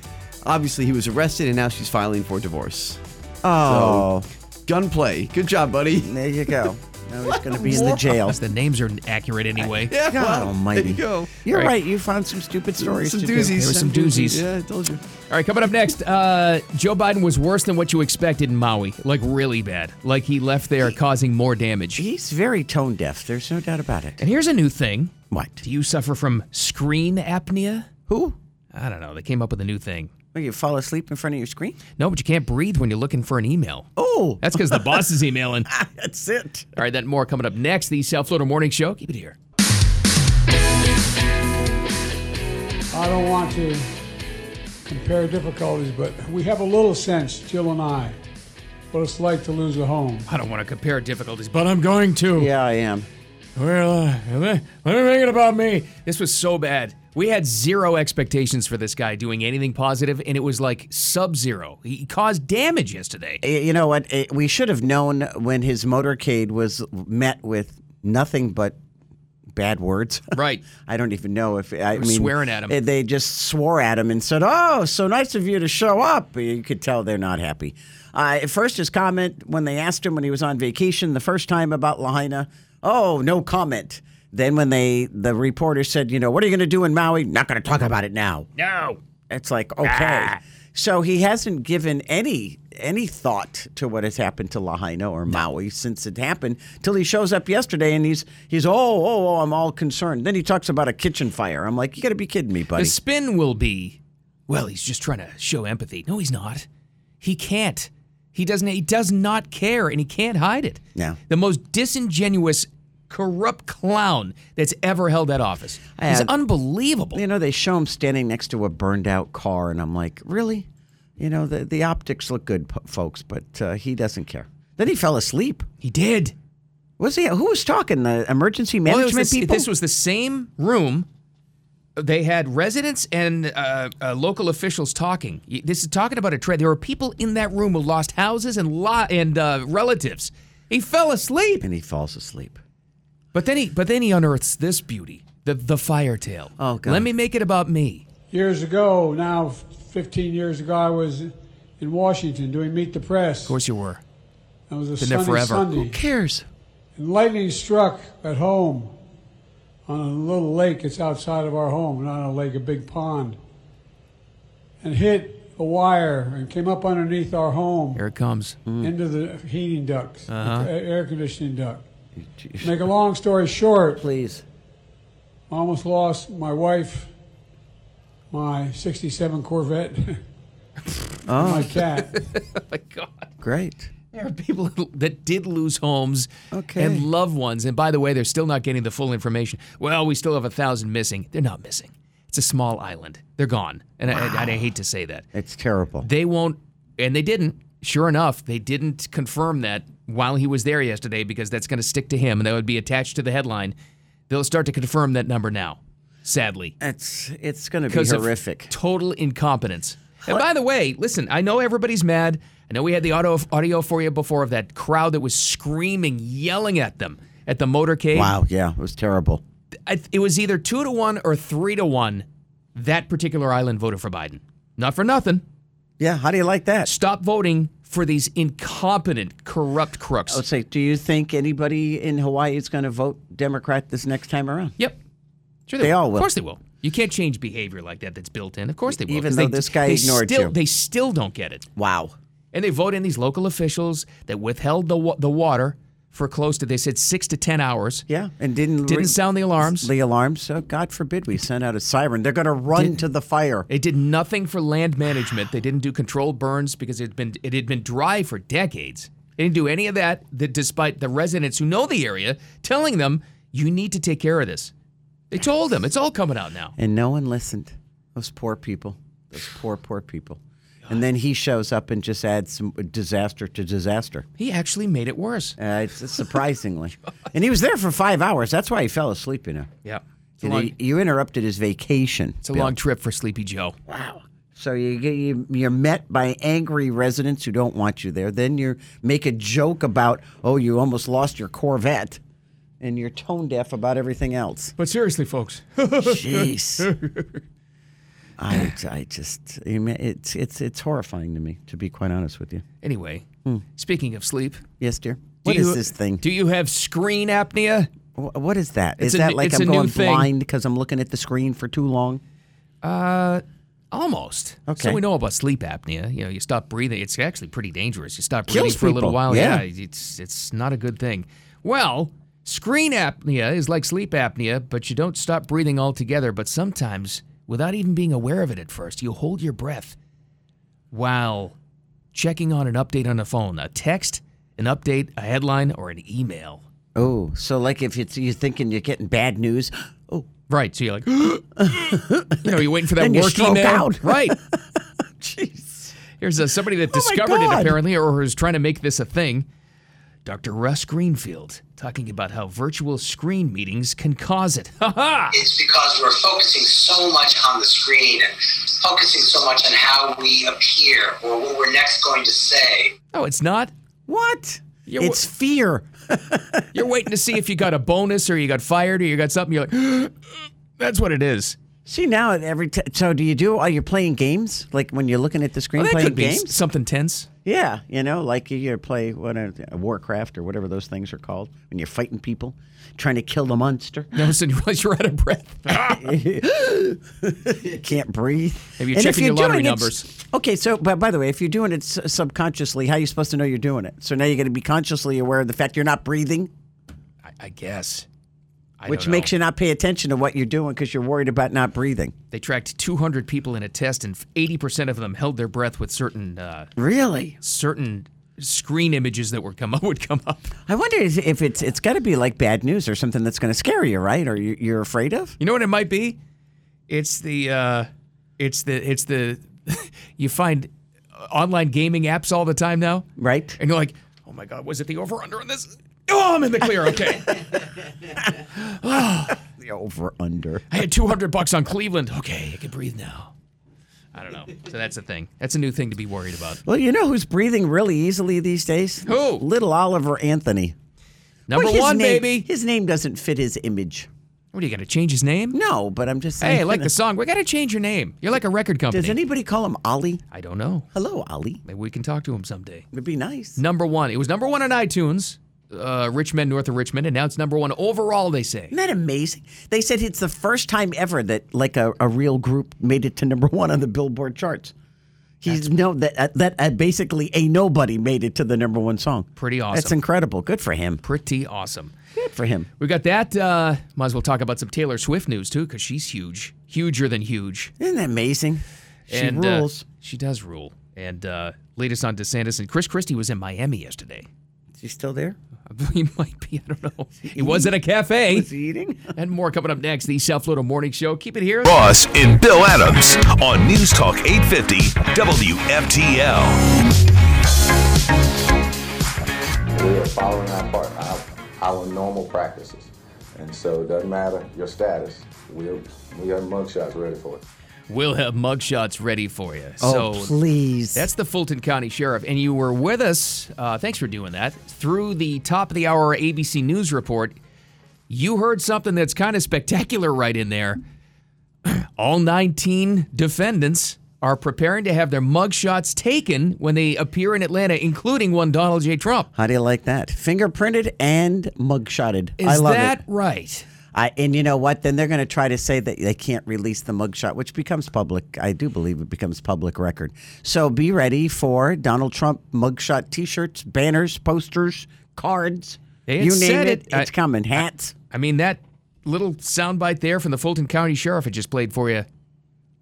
Obviously, he was arrested and now she's filing for divorce. Oh, Gunplay. Good job, buddy. there you go. Now he's going to be in the jail. Plus, the names are accurate anyway. Yeah, God well, almighty. There you go. You're Right. right. You found some stupid stories. Some to do. doozies. There were some doozies. Yeah, I told you. All right, coming up next, uh, Joe Biden was worse than what you expected in Maui. Like, really bad. Like, he left there causing more damage. He's very tone deaf. There's no doubt about it. and here's a new thing. What? Do you suffer from screen apnea? Who? I don't know. They came up with a new thing. Well, you fall asleep in front of your screen? No, but you can't breathe when you're looking for an email. Oh, That's because the boss is emailing. All that's it. right, that and more coming up next. The South Florida Morning Show. Keep it here. I don't want to compare difficulties, but we have a little sense, Jill and I, what it's like to lose a home. I don't want to compare difficulties, but I'm going to. Yeah, I am. Well, uh, let me let me make it about me. This was so bad. We had zero expectations for this guy doing anything positive, and it was like sub zero. He caused damage yesterday. Y- You know what? Eh, We should have known when his motorcade was met with nothing but bad words. Right. I don't even know if I were mean swearing at him. eh, They just swore at him and said, "Oh, so nice of you to show up." Eh, You could tell they're not happy. Uh, at first, his comment when they asked him when he was on vacation the first time about Lahaina, "Oh, no comment." Then when they the reporter said, "You know, what are you going to do in Maui?" Not going to talk about it now. No. It's like okay. Ah. So he hasn't given any any thought to what has happened to Lahaina or Maui since it happened till he shows up yesterday and he's he's oh oh oh I'm all concerned. Then he talks about a kitchen fire. I'm like you got to be kidding me, buddy. The spin will be, well, he's just trying to show empathy. No, he's not. He can't. He doesn't. He does not care, and he can't hide it. No. The most disingenuous, corrupt clown that's ever held that office. He's Uh, unbelievable. you know they show him standing next to a burned out car and I'm like really, you know the the optics look good, po- folks, but uh, he doesn't care. Then he fell asleep. he did. Was he? Who was talking? The emergency Well, it management was the- people. This was the same room. They had residents and uh, uh, local officials talking. Y- This is talking about a trade. There were people in that room who lost houses and lo- and uh, relatives. He fell asleep, and he falls asleep. but then he but then he unearths this beauty, the the fire tale. Oh, God. Let me make it about me. Years ago, now 15 years ago, I was in Washington doing Meet the Press. Of course you were. That was a Been there sunny forever. Sunday. Cares. And lightning struck at home on a little lake that's outside of our home, not a lake, a big pond, and hit a wire and came up underneath our home Here it comes. Mm. into the heating ducts, the air conditioning duct. Make a long story short, Please. I almost lost my wife, my 67 Corvette, and my cat. my God. Great. There are people that did lose homes Okay. and loved ones. And by the way, they're still not getting the full information. Well, we still have a thousand missing. They're not missing. It's a small island. They're gone. And I, and I hate to say that. It's terrible. They won't, and they didn't. Sure enough, they didn't confirm that while he was there yesterday because that's going to stick to him and that would be attached to the headline. They'll start to confirm that number now, sadly. It's it's going to be because of horrific. total incompetence. And by the way, listen, I know everybody's mad. I know we had the audio, audio for you before of that crowd that was screaming, yelling at them at the motorcade. wow, yeah, it was terrible. I, it was either two to one or three to one. That particular island voted for Biden. Not for nothing. Yeah, how do you like that? Stop voting for these incompetent, corrupt crooks. I would say, do you think anybody in Hawaii is going to vote Democrat this next time around? Yep. Sure They all Of will. course they will. You can't change behavior like that that's built in. Of course they will. Even 'cause though they- this guy they ignored still, you. They still don't get it. Wow. and they vote in these local officials that withheld the wa- the water for close to they said six to ten hours. Yeah, and didn't Didn't sound the alarms. the alarms. So God forbid we sent out a siren. They're going to run to the fire. They did nothing for land management. They didn't do controlled burns because it had been it had been dry for decades. They didn't do any of that. That despite the residents who know the area telling them you need to take care of this, they told them it's all coming out now. and no one listened. Those poor people. Those poor, poor people. And then he shows up and just adds some disaster to disaster. He actually made it worse. Uh, it's it's surprisingly, Oh and he was there for five hours. That's why he fell asleep. You know. Yeah. It's a And long, he- you interrupted his vacation. it's a Bill. long trip for Sleepy Joe. So you, get- you you're met by angry residents who don't want you there. Then you make a joke about oh you almost lost your Corvette, and you're tone deaf about everything else. But seriously, folks, Jeez. I, I just I mean, it's it's it's horrifying to me to be quite honest with you. Anyway, speaking of sleep, Yes, dear. do Hmm. What is you- this thing? Do you have screen apnea? Wh- What is that? Is It's a that new- like it's a I'm new going thing. blind because I'm looking at the screen for too long? Uh, Almost. Okay. So we know about sleep apnea. You know, you stop breathing. It's actually pretty dangerous. You stop Kills breathing for a little people, while. yeah. It's it's not a good thing. Well, screen apnea is like sleep apnea, but you don't stop breathing altogether. But sometimes, without even being aware of it at first, you hold your breath while checking on an update on the phone, a text, an update, a headline, or an email. Oh, so like if it's you're thinking you're getting bad news, oh, Right. So you're like, you know, you're waiting for that Then you work stroke email. out. Right. jeez. Here's uh somebody that Oh my discovered it God. apparently, or is trying to make this a thing. Dr. Russ Greenfield talking about how virtual screen meetings can cause it. Ha ha! it's because we're focusing so much on the screen and focusing so much on how we appear or what we're next going to say. No, it's not. What? Yeah, wha- it's fear. You're waiting to see if you got a bonus or you got fired or you got something. You're like, that's what it is. See now at every t- so do you do? Are you playing games like when you're looking at the screen Well, Oh, that playing could be s- games? something tense. Yeah, you know, like you- you play what are- Warcraft or whatever those things are called when you're fighting people, trying to kill the monster. All of a sudden, you realize you're out of breath. Ah. you can't breathe. Maybe you're And if checking your lottery doing it- numbers. Okay, so but by the way, if you're doing it s- subconsciously, how are you supposed to know you're doing it? So now you're going to be consciously aware of the fact you're not breathing, I, I guess. I which makes you not pay attention to what you're doing because you're worried about not breathing. They tracked 200 people in a test, and 80% of them held their breath with certain uh, Really? certain screen images that were come up would come up. I wonder if if it's it's got to be like bad news or something that's going to scare you, right? Or you, you're afraid of? You know what it might be? It's the uh, it's the it's the you find online gaming apps all the time now, Right. and you're like, oh my god, was it the over under on this? Oh, I'm in the clear. Okay, The over under. I had 200 bucks on Cleveland. Okay, I can breathe now. I don't know. So that's a thing. That's a new thing to be worried about. Well, you know who's breathing really easily these days? Who? Little Oliver Anthony. Number Well, his one, name- baby. His name doesn't fit his image. What do you got to change his name? No, but I'm just saying. Hey, I like the song. We got to change your name. You're like a record company. Does anybody call him Ollie? I don't know. Hello, Ollie. Maybe we can talk to him someday. It'd be nice. Number one. It was number one on iTunes, uh, Richmond, north of Richmond, and now it's number one overall, they say. Isn't that amazing? They said it's the first time ever that like a, a real group made it to number one on the Billboard charts. He's no that uh, that uh, basically a nobody made it to the number one song. Pretty That's awesome. incredible. Good for him. Pretty awesome. Good for him. We got that. Uh, might as well talk about some Taylor Swift news, too, because she's huge. Huger than huge. Isn't that amazing? She And, uh, rules. she does rule. And uh, latest on DeSantis and Chris Christie was in Miami yesterday. She's still there? He might be, I don't know. He was at a cafe. Is he eating? And more coming up next, the South Florida Morning Show. Keep it here. Ross and Bill Adams on News Talk 850 WFTL. We are following our, part, our, our normal practices. And so it doesn't matter your status. We are, we are mugshots ready for it. We'll have mugshots ready for you. Oh, so please. That's the Fulton County Sheriff, and you were with us. Uh, thanks for doing that through the top of the hour ABC News report. You heard something that's kind of spectacular right in there. All 19 defendants are preparing to have their mugshots taken when they appear in Atlanta, including one Donald J. Trump. How do you like that? Fingerprinted and mugshotted. Is I love that it. right? I, and you know what? Then they're going to try to say that they can't release the mugshot, which becomes public. I do believe it becomes public record. So be ready for Donald Trump mugshot T-shirts, banners, posters, cards. They had you name said it, it. I- it's coming. Hats. I mean, that little soundbite there from the Fulton County Sheriff I just played for you.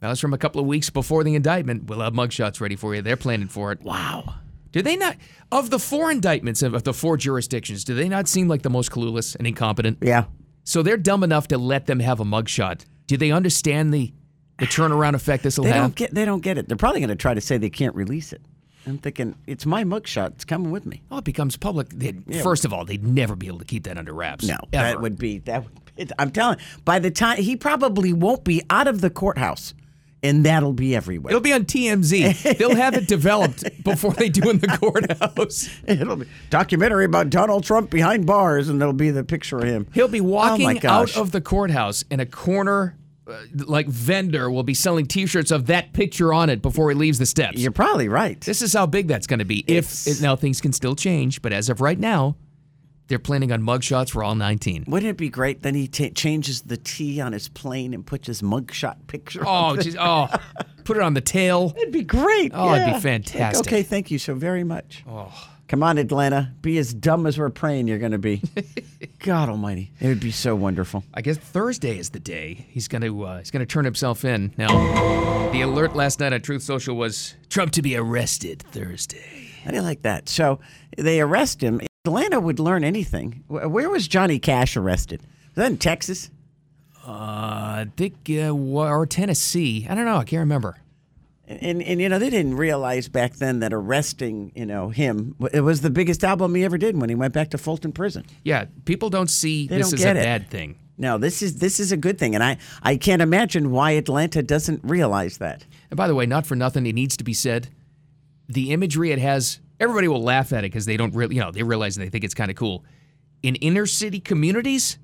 That was from a couple of weeks before the indictment. We'll have mugshots ready for you. They're planning for it. Wow. Do they not, of the four indictments of, of the four jurisdictions, do they not seem like the most clueless and incompetent? yeah. So they're dumb enough to let them have a mugshot. Do they understand the the turnaround effect this will They have. don't get. They don't get it. They're probably going to try to say they can't release it. I'm thinking it's my mugshot. It's coming with me. Oh, it becomes public. They'd, Yeah. First of all, they'd never be able to keep that under wraps. No, ever. that would be that. Would, it, I'm telling. By the time he probably won't be out of the courthouse, and that'll be everywhere. It'll be on TMZ. They'll have it developed before they do in the courthouse. It'll be documentary about Donald Trump behind bars, and there'll be the picture of him. He'll be oh my walking gosh. out of the courthouse in a corner. uh, Like vendor will be selling T-shirts of that picture on it before he leaves the steps. You're probably right. This is how big that's going to be. If it, now things can still change, but as of right now, they're planning on mugshots for all 19. Wouldn't it be great? Then he ta changes the T on his plane and puts his mugshot picture. Oh, on it. geez, oh, put it on the tail. it'd be great. Oh, it'd be yeah. It's like, fantastic. Oh. okay, thank you so very much. Come on, Atlanta. Be as dumb as we're praying you're going to be. God Almighty, it would be so wonderful. I guess Thursday is the day he's going to uh, he's going to turn himself in. Now, the alert last night on Truth Social was Trump to be arrested Thursday. I didn't like that. So they arrest him. If Atlanta would learn anything. wh- Where was Johnny Cash arrested? Was that in Texas? Uh, I think uh, wa- or Tennessee. I don't know. I can't remember. And, and, and, you know, they didn't realize back then that arresting, you know, him, w- it was the biggest album he ever did when he went back to Fulton Prison. Yeah, people don't see They this don't is get a it. bad thing. No, this is this is a good thing, and I, I can't imagine why Atlanta doesn't realize that. And by the way, not for nothing, it needs to be said. The imagery it has, everybody will laugh at it because they don't really, you know, they realize they think it's kind of cool. In inner city communities,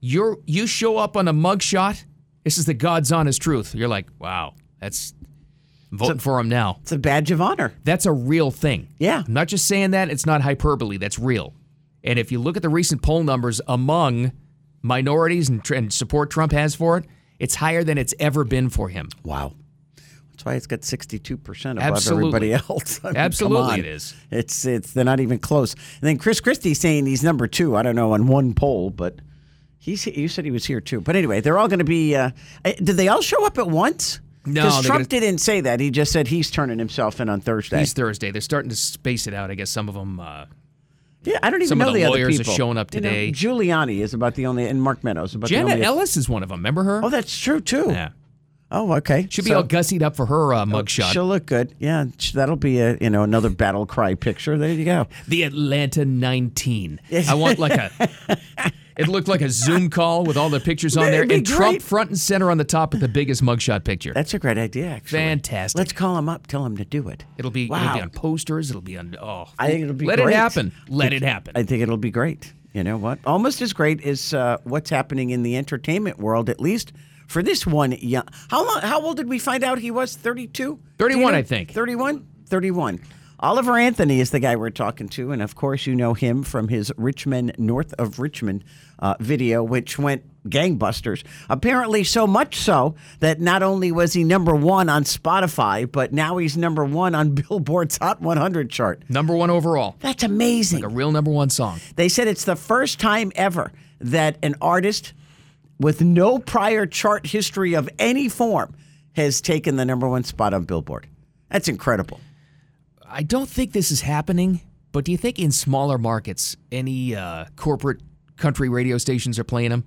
you're you show up on a mugshot. This is the God's honest truth. You're like, wow, that's I'm voting for him now. It's a badge of honor. That's a real thing. Yeah. I'm not just saying that. It's not hyperbole. That's real. And if you look at the recent poll numbers among minorities and, tr- and support Trump has for it, it's higher than it's ever been for him. Wow. That's why it's got 62% above Absolutely. everybody else. I mean, come Absolutely on. it is. It's, it's, they're not even close. And then Chris Christie's saying he's number two. I don't know, on one poll, but he's, you said he was here too. But anyway, they're all going to be, uh, eh, did they all show up at once? No, Because they Trump gotta- didn't say that. He just said he's turning himself in on Thursday. He's Thursday. They're starting to space it out. I guess some of them. Uh, yeah, I don't even some of know the other lawyers are people. showing up You know, today. Giuliani is about the only, and Mark Meadows about the Janet only. Ellis is one of them. Remember her? oh, that's true too. yeah. Oh, okay. Should be So- Oh, all gussied up for her uh, mugshot. She'll look good. Yeah, sh- that'll be a you know another battle cry picture. There you go. the Atlanta 19. I want like a. It looked like a Zoom call with all the pictures on That'd there, be and Trump great. front and center on the top with the biggest mugshot picture. That's a great idea. Actually, Fantastic. Let's call him up. Tell him to do it. It'll be wow. it'll be on posters. It'll be on. Oh, I think it'll be. Let great. it happen. Let it happen. I think it'll be great. You know what? Almost as great as uh, what's happening in the entertainment world, at least for this one. Young, how long? How old did we find out he was? Thirty-two. 31, I think. Thirty-one. Thirty-one. Oliver Anthony is the guy we're talking to, and of course you know him from his Richmond North of Richmond uh, video, which went gangbusters. Apparently, so much so that not only was he number one on Spotify, but now he's number one on Billboard's Hot 100 chart. number one overall, That's amazing. a real number one song. They said it's the first time ever that an artist with no prior chart history of any form has taken the number one spot on Billboard. That's incredible. I don't think this is happening, but do you think in smaller markets any uh, corporate country radio stations are playing them?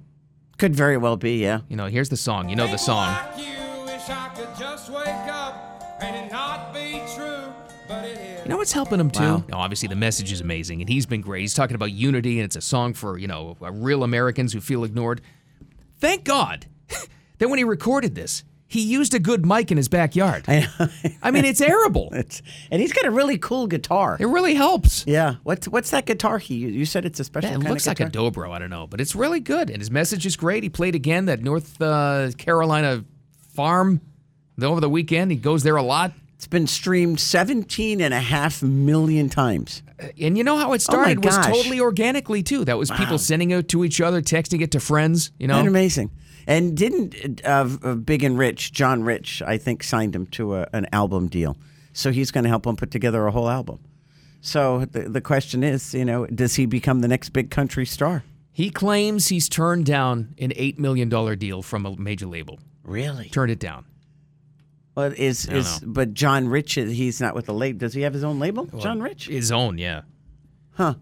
Could very well be, yeah. You know, here's the song. You know the song. Like you wish I could just wake up and it not be true, but it is. You know what's helping him too? Wow. Now, obviously, the message is amazing, and he's been great. He's talking about unity, and it's a song for you know uh, real Americans who feel ignored. Thank God that when he recorded this, he used a good mic in his backyard. I, mean, it's arable. It's, and he's got a really cool guitar. It really helps. Yeah. What's what's that guitar he used? You said it's a special Yeah, it kind looks of like a guitar. dobro. I don't know, but it's really good, and his message is great. He played again that North uh, Carolina farm over the weekend. He goes there a lot, it's been streamed 17 and a half million times. and you know how it Oh my started was gosh. totally organically too. That was people sending it to each other, texting it to friends. You know, Isn't that amazing? And didn't uh, uh, Big and Rich, John Rich, I think, signed him to a, an album deal. So he's going to help him put together a whole album. So the, the question is, you know, does he become the next big country star? He claims he's turned down an $8 million deal from a major label. Really? Turned it down. Well, is don't is but John Rich? He's not with the label. Does he have his own label? John Rich? His own, yeah. Huh.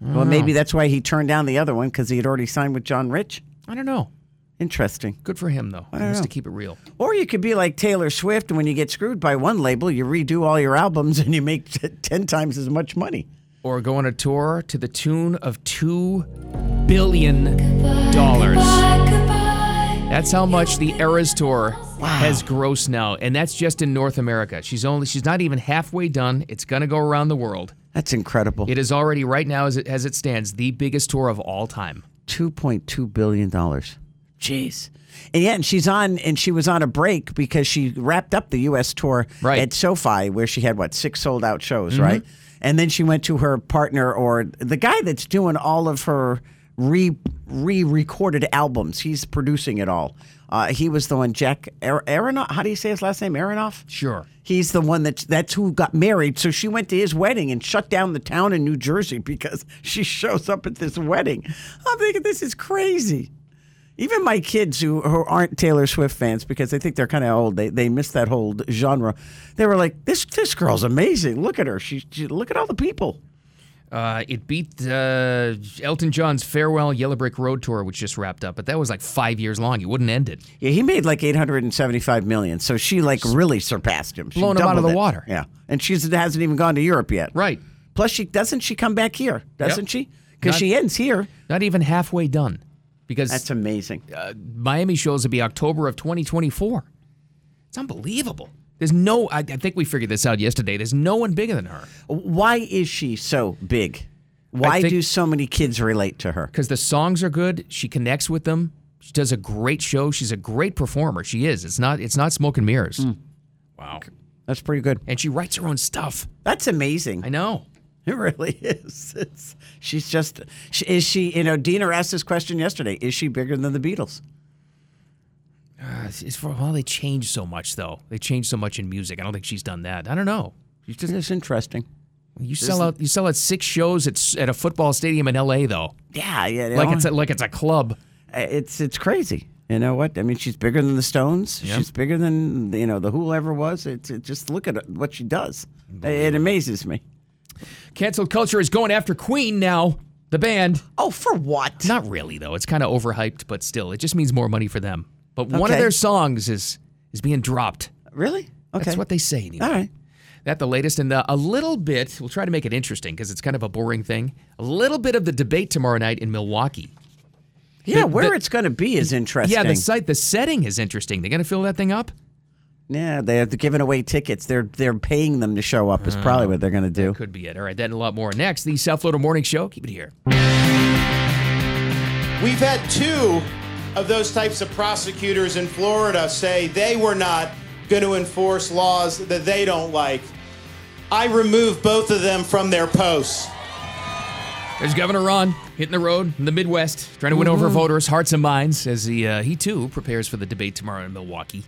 Well, maybe that's why he turned down the other one because he had already signed with John Rich. I don't know. Interesting. Good for him, though. I He don't wants to know. keep it real. Or you could be like Taylor Swift, and when you get screwed by one label, you redo all your albums and you make t- 10 times as much money. Or go on a tour to the tune of two billion dollars. That's how much the Eras tour has grossed now, and that's just in North America. She's only she's not even halfway done. It's gonna go around the world. That's incredible. It is already right now, as it, as it stands, the biggest tour of all time. $2.2 billion. Jeez. And yeah, and she's on, and she was on a break because she wrapped up the U.S. tour Right. Mm-hmm. at SoFi, where she had what six sold out shows, right? And then she went to her partner or the guy that's doing all of her re re recorded albums. He's producing it all. Uh, he was the one, Jack Ar- Aronoff. How do you say his last name? Aronoff. Sure. He's the one that's that's who got married. So she went to his wedding and shut down the town in New Jersey because she shows up at this wedding. I'm thinking this is crazy. Even my kids who, who aren't Taylor Swift fans because they think they're kind of old, they they miss that whole genre. They were like, "This this girl's amazing. Look at her. She, she look at all the people." Uh, it beat uh, Elton John's farewell Yellow Brick Road tour, which just wrapped up, but that was like five years long. It wouldn't end it. Yeah, he made like 875 million, so she like really surpassed him. She Blown him out of doubled the it. water. Yeah, and she hasn't even gone to Europe yet. Right. Plus, she doesn't she come back here? Doesn't she? Because Not- she ends here. Not even halfway done, because That's amazing. Miami shows will be October of 2024. It's unbelievable. There's no. I, I think we figured this out yesterday. There's no one bigger than her Why is she so big? Why think- do so many kids relate to her? because the songs are good. She connects with them. She does a great show. She's a great performer. She is. It's not. It's not smoke and mirrors. Wow. That's pretty good. And she writes her own stuff. That's amazing. I know. It really is. It's, she's just, she, is she, you know, Dina asked this question yesterday is she bigger than the Beatles? Uh, it's it's for well, they changed so much though. They changed so much in music. I don't think she's done that. I don't know. She's just It's interesting. you sell out. You sell out six shows at s- at a football stadium in L.A. though. Yeah, yeah. you Like know, it's a, like it's a club. it's it's crazy. You know what? I mean, she's bigger than the Stones. Yeah. She's bigger than you know the Who ever was. It's it, just look at what she does. It amazes me. Cancelled culture is going after Queen now. The band. Oh, for what? Not really though. It's kind of overhyped, but still, it just means more money for them. But one of Okay. their songs is is being dropped. Really? Okay. That's what they say. Anyway. All right. That the latest and uh, a little bit. We'll try to make it interesting because it's kind of a boring thing. A little bit of the debate tomorrow night in Milwaukee. Yeah, The- where the- it's going to be is interesting. Yeah, the site, the setting is interesting. They're gonna fill that thing up. Yeah, they're giving away tickets. They're they're paying them to show up. Is probably what they're going to do. Could be it. All right, Oh, that and a lot more next. The South Florida Morning Show. Keep it here. We've had two of those types of prosecutors in Florida say they were not going to enforce laws that they don't like. I removed both of them from their posts. There's Governor Ron hitting the road in the Midwest, trying to win Mm-hmm. over voters' hearts and minds as he uh, he too prepares for the debate tomorrow in Milwaukee.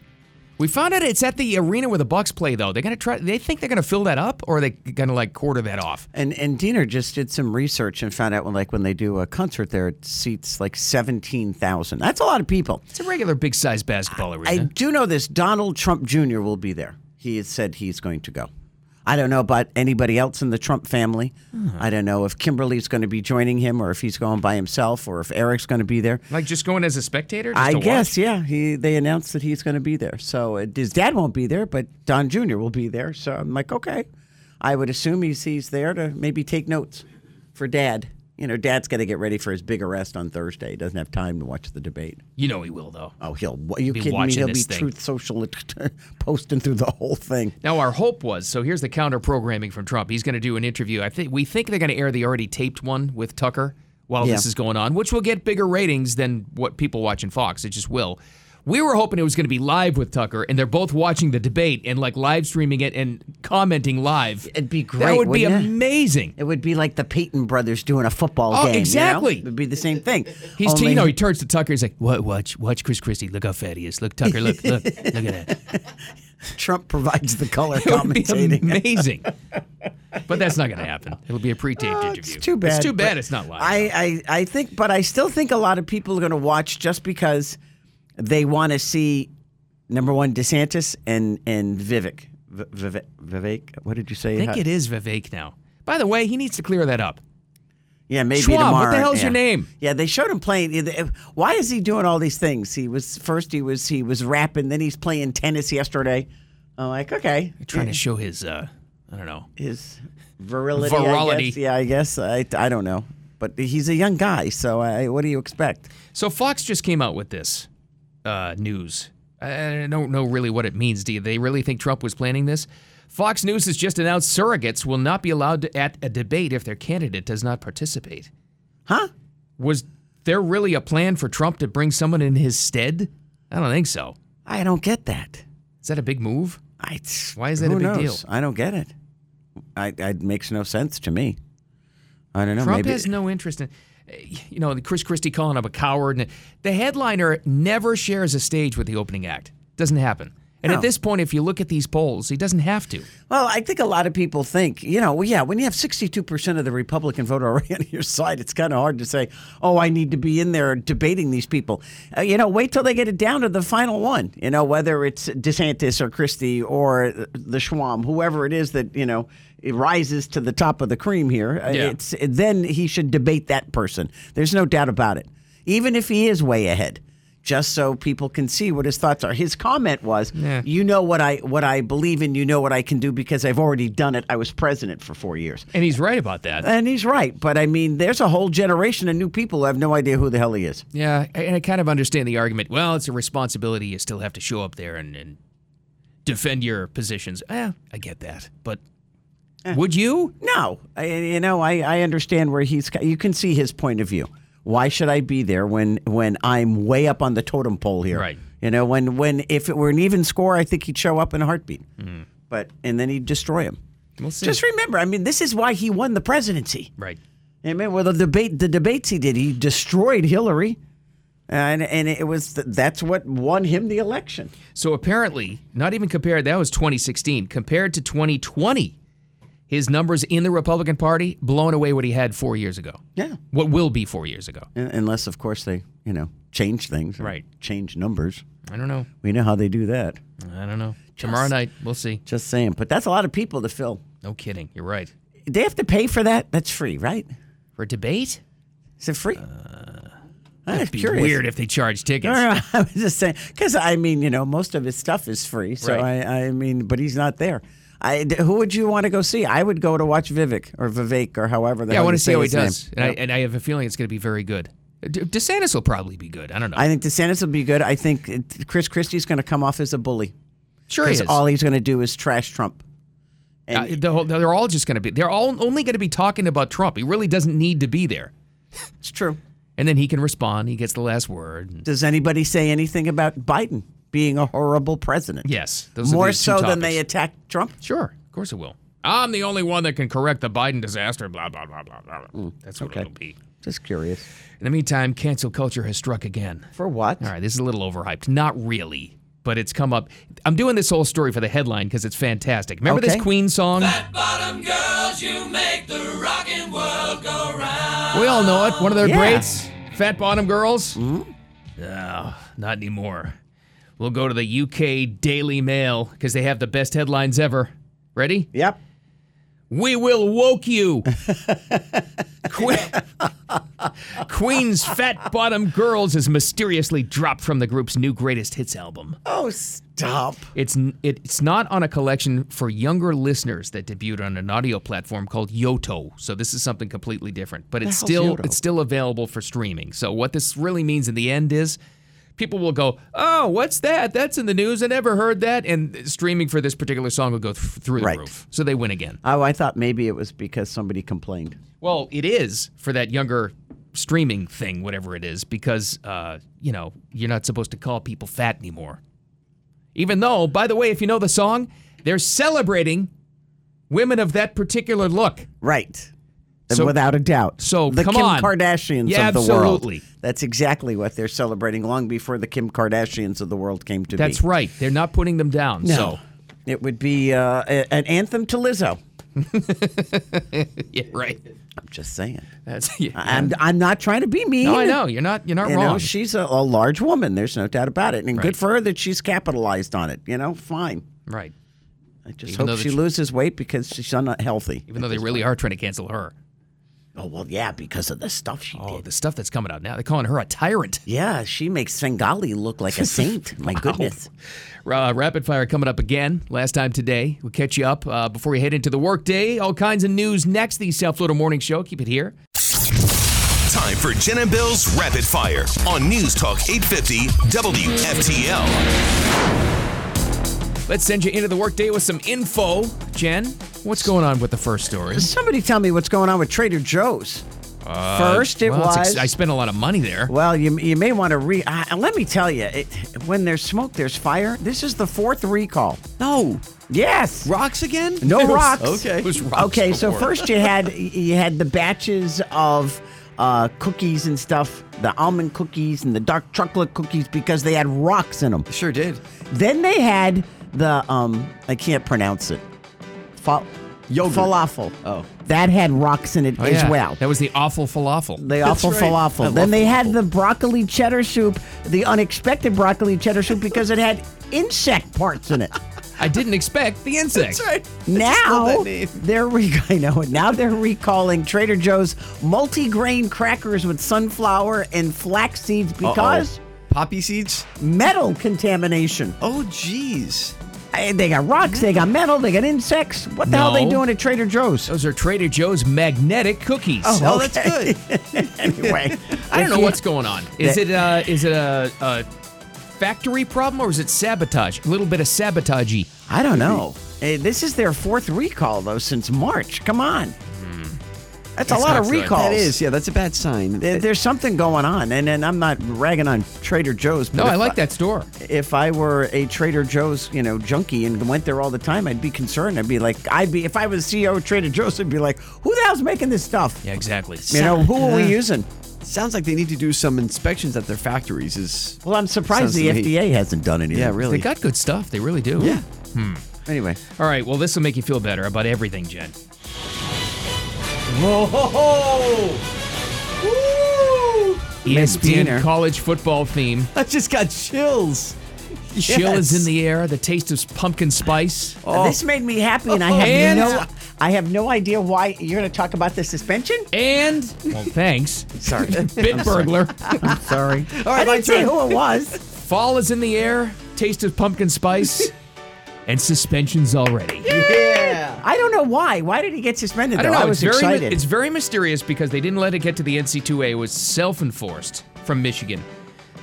We found out it's at the arena where the Bucks play, though. They're gonna try. They think they're gonna fill that up, or are they gonna like quarter that off? And and Diener just did some research and found out when like when they do a concert there, it seats like seventeen thousand. That's a lot of people. It's a regular big size basketball I arena. do know this. Donald Trump Jr. will be there. He has said he's going to go. I don't know about anybody else in the Trump family. Hmm. I don't know if Kimberly's going to be joining him or if he's going by himself or if Eric's going to be there. like just going as a spectator. Just I to watch? guess, yeah. He they announced that he's going to be there. So uh, his dad won't be there, but Don Jr. will be there. So I'm like, okay. I would assume he's he's there to maybe take notes for dad. You know, dad's got to get ready for his big arrest on Thursday. He doesn't have time to watch the debate. You know he will though. Oh, he'll are you Be kidding me? watching He'll be this thing. Truth Social posting through the whole thing. Now our hope was so. Here's the counter programming from Trump. He's going to do an interview. I think we think they're going to air the already taped one with Tucker while Yeah. this is going on, which will get bigger ratings than what people watch in Fox. It just will. We were hoping it was going to be live with Tucker, and they're both watching the debate and like live streaming it and commenting live. It'd be That great, would be wouldn't it? amazing. It would be like the Peyton brothers doing a football Oh, game. you know? exactly. It'd be the same thing. He's Only- you know he turns to Tucker. He's like, "What? Watch, watch Chris Christie. Look how fat he is. Look, Tucker. Look, look, look at that. Trump provides the color It would be commentating. amazing." But that's not going to happen. It'll be a pre-taped Oh, interview. It's too bad. It's too bad. but It's not live. I, I, I think, but I still think a lot of people are going to watch just because they want to see number one DeSantis and and Vivek. V- Vivek, Vivek, what did you say? I think How- it is Vivek now. By the way, he needs to clear that up. Yeah, maybe Schwab, what tomorrow. the hell's yeah. your name? Yeah, they showed him playing. Why is he doing all these things? He was first he was he was rapping, then he's playing tennis yesterday. I'm like, okay, Trying to show his, uh, I don't know. his virility. Virality. I guess. Yeah, I guess I, I don't know, but he's a young guy, so I, what do you expect? So Fox just came out with this uh, news. I I don't know really what it means. Do they really think Trump was planning this? Fox News has just announced surrogates will not be allowed to, at a debate if their candidate does not participate. Huh? Was there really a plan for Trump to bring someone in his stead? I don't think so. I don't get that. Is that a big move? I, Why is that Who a big knows? deal? I don't get it. I, I it makes no sense to me. I don't know. Trump maybe has no interest in, eh, you know, Chris Christie calling him a coward. And the headliner never shares a stage with the opening act. Doesn't happen. And No. at this point, if you look at these polls, he doesn't have to. Well, I think a lot of people think, you know, well, yeah, when you have 62% of the Republican vote already on your side, it's kind of hard to say, oh, I need to be in there debating these people. Uh, you know, wait till they get it down to the final one, you know, whether it's DeSantis or Christie or the Schwam, whoever it is that, you know, it rises to the top of the cream here. uh, Yeah. It's, then he should debate that person. There's no doubt about it. Even if he is way ahead. Just so people can see what his thoughts are. His comment was, Yeah. you know what I what I believe in. You know what I can do because I've already done it. I was president for four years, And he's right about that. and he's right. But I mean, there's a whole generation of new people who have no idea who the hell he is. Yeah, and I kind of understand the argument. Well, it's a responsibility. You still have to show up there and, and defend your positions. Eh, I get that. But would you? No, I, you know, I, I understand where he's. You can see his point of view. Why should I be there when when I'm way up on the totem pole here? Right. You know, when when if it were an even score, I think he'd show up in a heartbeat. But and then he'd destroy him. We'll Mm. see. Just remember, I mean, this is why he won the presidency. right. I mean, well, the debate, the debates he did, he destroyed Hillary, and and it was that's what won him the election. So apparently, not even compared, that was 2016. Compared to 2020, his numbers in the Republican Party blown away what he had four years ago. Yeah. What will be four years ago. Un- Unless, of course, they you know change things, or Right. Change numbers. I don't know. We know how they do that. I don't know. Tomorrow night, we'll see. Just saying, but that's a lot of people to fill. No kidding. You're right. They have to pay for that. That's free, right? For debate? Is it free? I'm Uh, That'd be curious. weird if they charge tickets. No, no, I was just saying because I mean, you know, most of his stuff is free. So Right. I, I mean, but he's not there. I, d- who would you want to go see? I would go to watch Vivek or Vivek or however. The Yeah, I hell want you to see say how he his name. does. And, I, and I have a feeling it's going to be very good. De- DeSantis will probably be good. I don't know. I think DeSantis will be good. I think it- Chris Christie's going to come off as a bully. Sure he 'Cause is. all he's going to do is trash Trump. Uh, the whole- they're all just going to be. They're all only going to be talking about Trump. He really doesn't need to be there. It's true. And then he can respond. He gets the last word. Does anybody say anything about Biden being a horrible president? Yes, those are more the two so than topics. they attack Trump. Sure, of course it will. I'm the only one that can correct the Biden disaster. Blah blah blah blah blah. Mm, That's what it'll be. Just curious. In the meantime, cancel culture has struck again. For what? All right, this is a little overhyped. Not really, but it's come up. I'm doing this whole story for the headline because it's fantastic. Remember Okay. this Queen song? Bottom girls, you make the rockin' world go round. We all know it. One of their Yeah. Hmm? greats, Fat Bottom Girls. No, not anymore. We'll go to the UK Daily Mail because they have the best headlines ever. Ready? Yep. We will woke you. Que- Queen's Fat Bottom Girls is mysteriously dropped from the group's new greatest hits album. Oh, stop. It's n- it, it's not on a collection for younger listeners that debuted on an audio platform called Yoto. So this is something completely different, but The it's hell's still Yoto? it's still available for streaming. So what this really means in the end is people will go, "Oh, what's that? That's in the news. I never heard that." And streaming for this particular song will go th- through the Right. roof. So they win again. Oh, I thought maybe it was because somebody complained. Well, it is for that younger streaming thing, whatever it is, because uh, you know you're not supposed to call people fat anymore. Even though, by the way, if you know the song, they're celebrating women of that particular look. Right. So- Without a doubt. so, the come Kim on. Kardashians Yeah, of the absolutely. world. That's exactly what they're celebrating long before the Kim Kardashians of the world came to That's be. right. They're not putting them down. No. So It would be uh, a- an anthem to Lizzo. yeah, right. I'm just saying. That's yeah. I'm, I'm not trying to be mean. No, I know. You're not- you're not You know, wrong. she's a, a large woman. There's no doubt about it. And Right. good for her that she's capitalized on it. You know, fine. right. I just Even though hope she the- loses weight because she's not healthy. Even though they really are trying to cancel her. Oh, Oh well, yeah, because of Oh, the stuff she did. The stuff that's coming out now, they're calling her a tyrant. Yeah, she makes Sengali look like a saint. My goodness. Uh, rapid fire coming up again. Last time today. We'll catch you up uh, before we head into the workday. All kinds of news next. The South Florida Morning Show. Keep it here. Time for Jen and Bill's Rapid Fire on News Talk 850 WFTL. Let's send you into the workday with some info. Jen, what's going on with the first story? Somebody tell me what's going on with Trader Joe's. Uh, First, it well, it's ex- was- I spent a lot of money there. Well, you, you may want to re. Uh, let me tell you, it, when there's smoke, there's fire. This is the fourth recall. No. Yes. Rocks again? No rocks. Okay. okay. So first you had you had the batches of uh, cookies and stuff, the almond cookies and the dark chocolate cookies because they had rocks in them. Sure did. Then they had the um I can't pronounce it. Fa- Yogurt. Falafel. Oh. That had rocks in it Oh, as yeah. well. That was the awful falafel. The awful falafel. then they had the broccoli cheddar soup, the unexpected broccoli cheddar soup because it had insect parts in it. I didn't expect the insect. Now they're re- I know it. Now they're recalling Trader Joe's multi-grain crackers with sunflower and flax seeds because poppy seeds, metal contamination. Oh, jeez. They got rocks. They got metal. They got insects. What the hell are they No. doing at Trader Joe's? Those are Trader Joe's magnetic cookies. Oh, Oh, that's okay. good. anyway, I don't if know you- what's going on. Is it That- uh, is it a, a factory problem or is it sabotage? A little bit of sabotage. I don't know. Eh, This is their fourth recall though since March. Come on, that's, a Hmm. That's lot not of good. recalls. That is, yeah, that's a bad sign. There- There's something going on, and, and I'm not ragging on Trader Joe's. But No, I if like that store. If I were a Trader Joe's, you know, junkie and went there all the time, I'd be concerned. I'd be like, I'd be if I was CEO of Trader Joe's, I'd be like, who the hell's making this stuff? Yeah, exactly. You know, who are we using? Sounds like they need to do some inspections at their factories. Is Well, I'm surprised Sounds the to me- FDA hasn't done anything. yeah, really. They got good stuff. They really do. yeah. Hmm. Anyway, All right. Well, this will make you feel better about everything, Jen. Miss Diener. ESPN college football theme. I just got chills. Chill is Yes. in the air. The taste of pumpkin spice. Oh. this made me happy, and I have And- no, I have no idea why you're going to talk about the suspension. And well, thanks. Sorry, Bit burglar. I'm sorry. All I right, my didn't say turn. who it was. Fall is in the air. Taste of pumpkin spice. and suspensions already. Yeah. I don't know why. Why did he get suspended? I don't though? know. I was it's very excited. it's very mysterious because they didn't let it get to the NC2A. It was self-enforced from Michigan.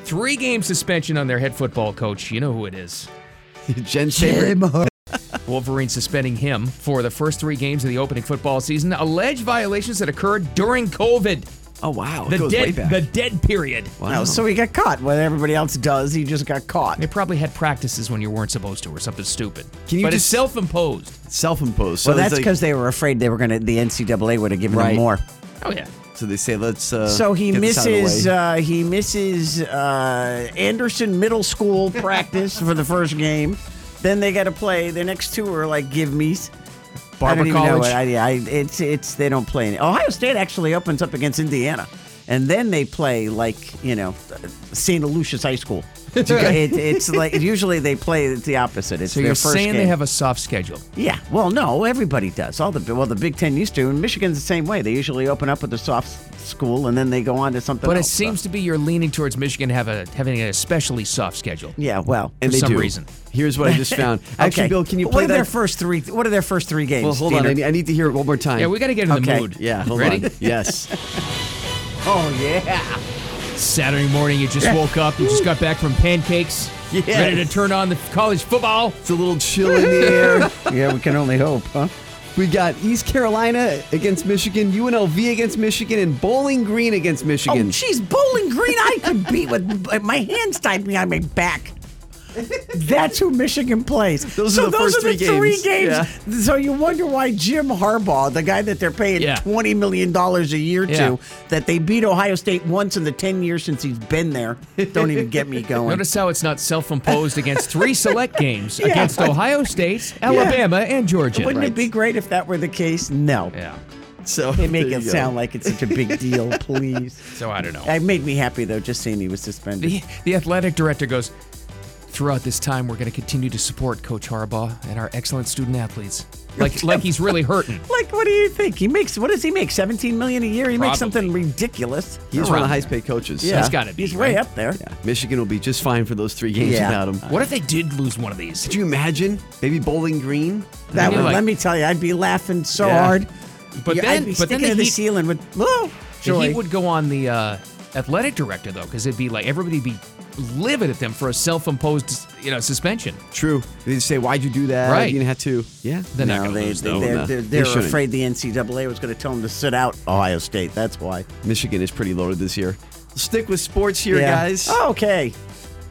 Three game suspension on their head football coach. You know who it is. Jen's favorite. Wolverine suspending him for the first three games of the opening football season. Alleged violations that occurred during COVID. Oh wow, it The goes way dead back. the dead period. wow. No, so he got caught. What everybody else does, he just got caught. They probably had practices when you weren't supposed to or something stupid. Can you but it's just- self-imposed. self-imposed. So Well, that's it's like- because they were afraid they were going to. The NCAA would have given Right. him more. Oh yeah. so they say let's. Uh, So he get this out of the misses. way. Uh, he misses uh, Anderson Middle School practice for the first game. Then they got to play. The next two are like give me's. Barber I don't even know College. what- I, I, it's it's they don't play. Any. Ohio State actually opens up against Indiana, and then they play like you know St. Lucius High School. It- it's like usually they play the opposite. It's so their you're first saying game. they have a soft schedule. Yeah, well, no, everybody does. All the well, the Big Ten used to, and Michigan's the same way. They usually open up with a soft s- school, and then they go on to something. But it else, so- seems to be you're leaning towards Michigan have a having an especially soft schedule. yeah, well, and for they some do. reason. Here's what I just found. Actually, okay. Bill, can you What play are that? their first three? What are their first three games? well, hold on. Diener? I need, I need to hear it one more time. Yeah, we got to get in the Okay. mood. Yeah, hold Ready? on. Yes. oh yeah, Saturday morning, you just woke up, you just got back from pancakes, Yes. ready to turn on the college football. It's a little chill in the air. yeah. We can only hope, huh? We got East Carolina against Michigan, UNLV against Michigan, and Bowling Green against Oh, Michigan. jeez, Bowling Green, I could beat with but my hands tied behind my back. That's who Michigan plays. Those so are the those first are the three three games. games. So you wonder why Jim Harbaugh, the guy that they're paying Yeah. twenty million dollars a year Yeah. to, that they beat Ohio State once in the ten years since he's been there. Don't even get me going. Notice how it's not self-imposed against three select games against Ohio State, Alabama, and Georgia. Wouldn't it be great if that were the case? No. Yeah. so They make there it you go. sound like it's such a big deal, please. So I don't know. It made me happy though, just seeing he was suspended. The, the athletic director goes, Throughout this time, we're going to continue to support Coach Harbaugh and our excellent student athletes. Like, like he's really hurting. Like, what do you think? He makes what does he make? Seventeen million a year. He Probably. makes something ridiculous. He's one of the highest paid coaches. Yeah, He's way up there. Michigan will be just fine for those three games Yeah. without him. What if they did lose one of these? Could you imagine? Maybe Bowling Green. That would, let me tell you, I'd be laughing so Yeah. hard. But Yeah, then- I'd be but then sticking to the the Heat- ceiling with whoa The joy. Heat would go on the uh, athletic director though, because it'd be like everybody'd be livid at them for a self-imposed, you know, suspension. True. They'd say, "Why'd you do that? Right. You didn't have to." Yeah. They're not No, gonna they- lose, they- though. they're- they're, no, they're, they they're shouldn't. afraid the NCAA was going to tell them to sit out Ohio State. That's why. Michigan is pretty loaded this year. Stick with sports here, Yeah. Oh, guys. okay.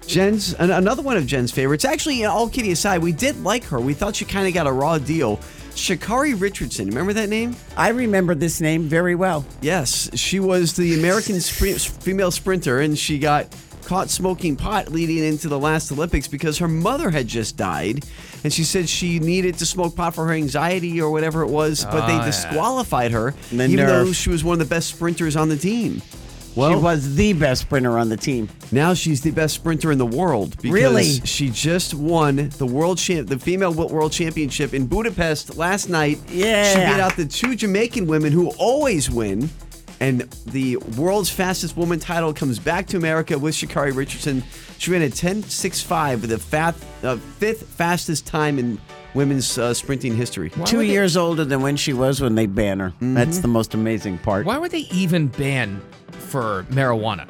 Jen's an- another one of Jen's favorites. Actually, you know, all kidding aside, we did like her. We thought she kind of got a raw deal. Shakari Richardson, remember that name? I remember this name very well. Yes, she was the American spr- female sprinter, and she got caught smoking pot leading into the last Olympics because her mother had just died, and she said she needed to smoke pot for her anxiety or whatever it was, but Ah, they yeah. disqualified her, The even though nerve. she was one of the best sprinters on the team. she was the best sprinter on the team. Now she's the best sprinter in the world because Really? she just won the world champ, the female wo- world championship in Budapest last night. Yeah. she beat out the two Jamaican women who always win, and the world's fastest woman title comes back to America with Shakari Richardson. She ran a 10.65 with the fat, uh, fifth fastest time in women's uh, sprinting history. Two years older than when she was when they ban her. That's the most amazing part. Mm-hmm. Why would they even ban for marijuana?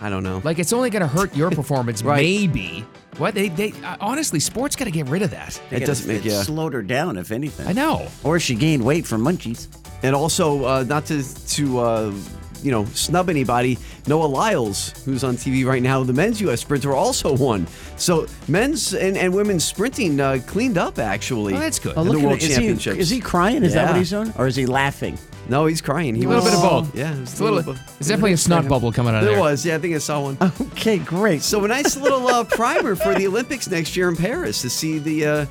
I don't know. Like it's only going to hurt your performance, Right. maybe. What they they uh, honestly, sports got to get rid of that. It doesn't make it yeah. slowed her down, if anything. I know. Or she gained weight from munchies. And also, uh, not to to uh, you know snub anybody, Noah Lyles, who's on TV right now, the men's U.S. sprinter, also won. So men's and, and women's sprinting uh, cleaned up actually. Oh, that's good. in Oh, the look at world it. Is he- championships. is he crying? Is that what he's doing? or is he laughing? No, he's crying. He A little was- bit of both. Yeah, It's a little- it's definitely a snot bubble coming out of There there. was. Yeah, I think I saw one. Okay, great. So a nice little uh, primer for the Olympics next year in Paris to see the uh,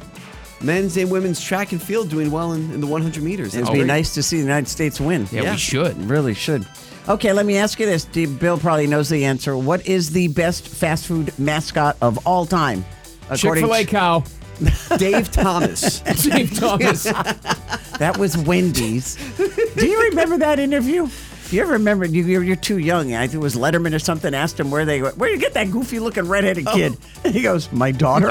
men's and women's track and field doing well in, in the 100 meters. It'd That's be great. nice to see the United States win. Yeah, we Yeah. should. Really should. Okay, let me ask you this. D- Bill probably knows the answer. What is the best fast food mascot of all time? Chick-fil-A cow. Dave Thomas. Dave Thomas. that was Wendy's. Do you remember that interview? Do you ever remember? You, you're, you're too young. I think it was Letterman or something. Asked him where they were. Where you get that goofy looking redheaded kid? And he goes, "My daughter."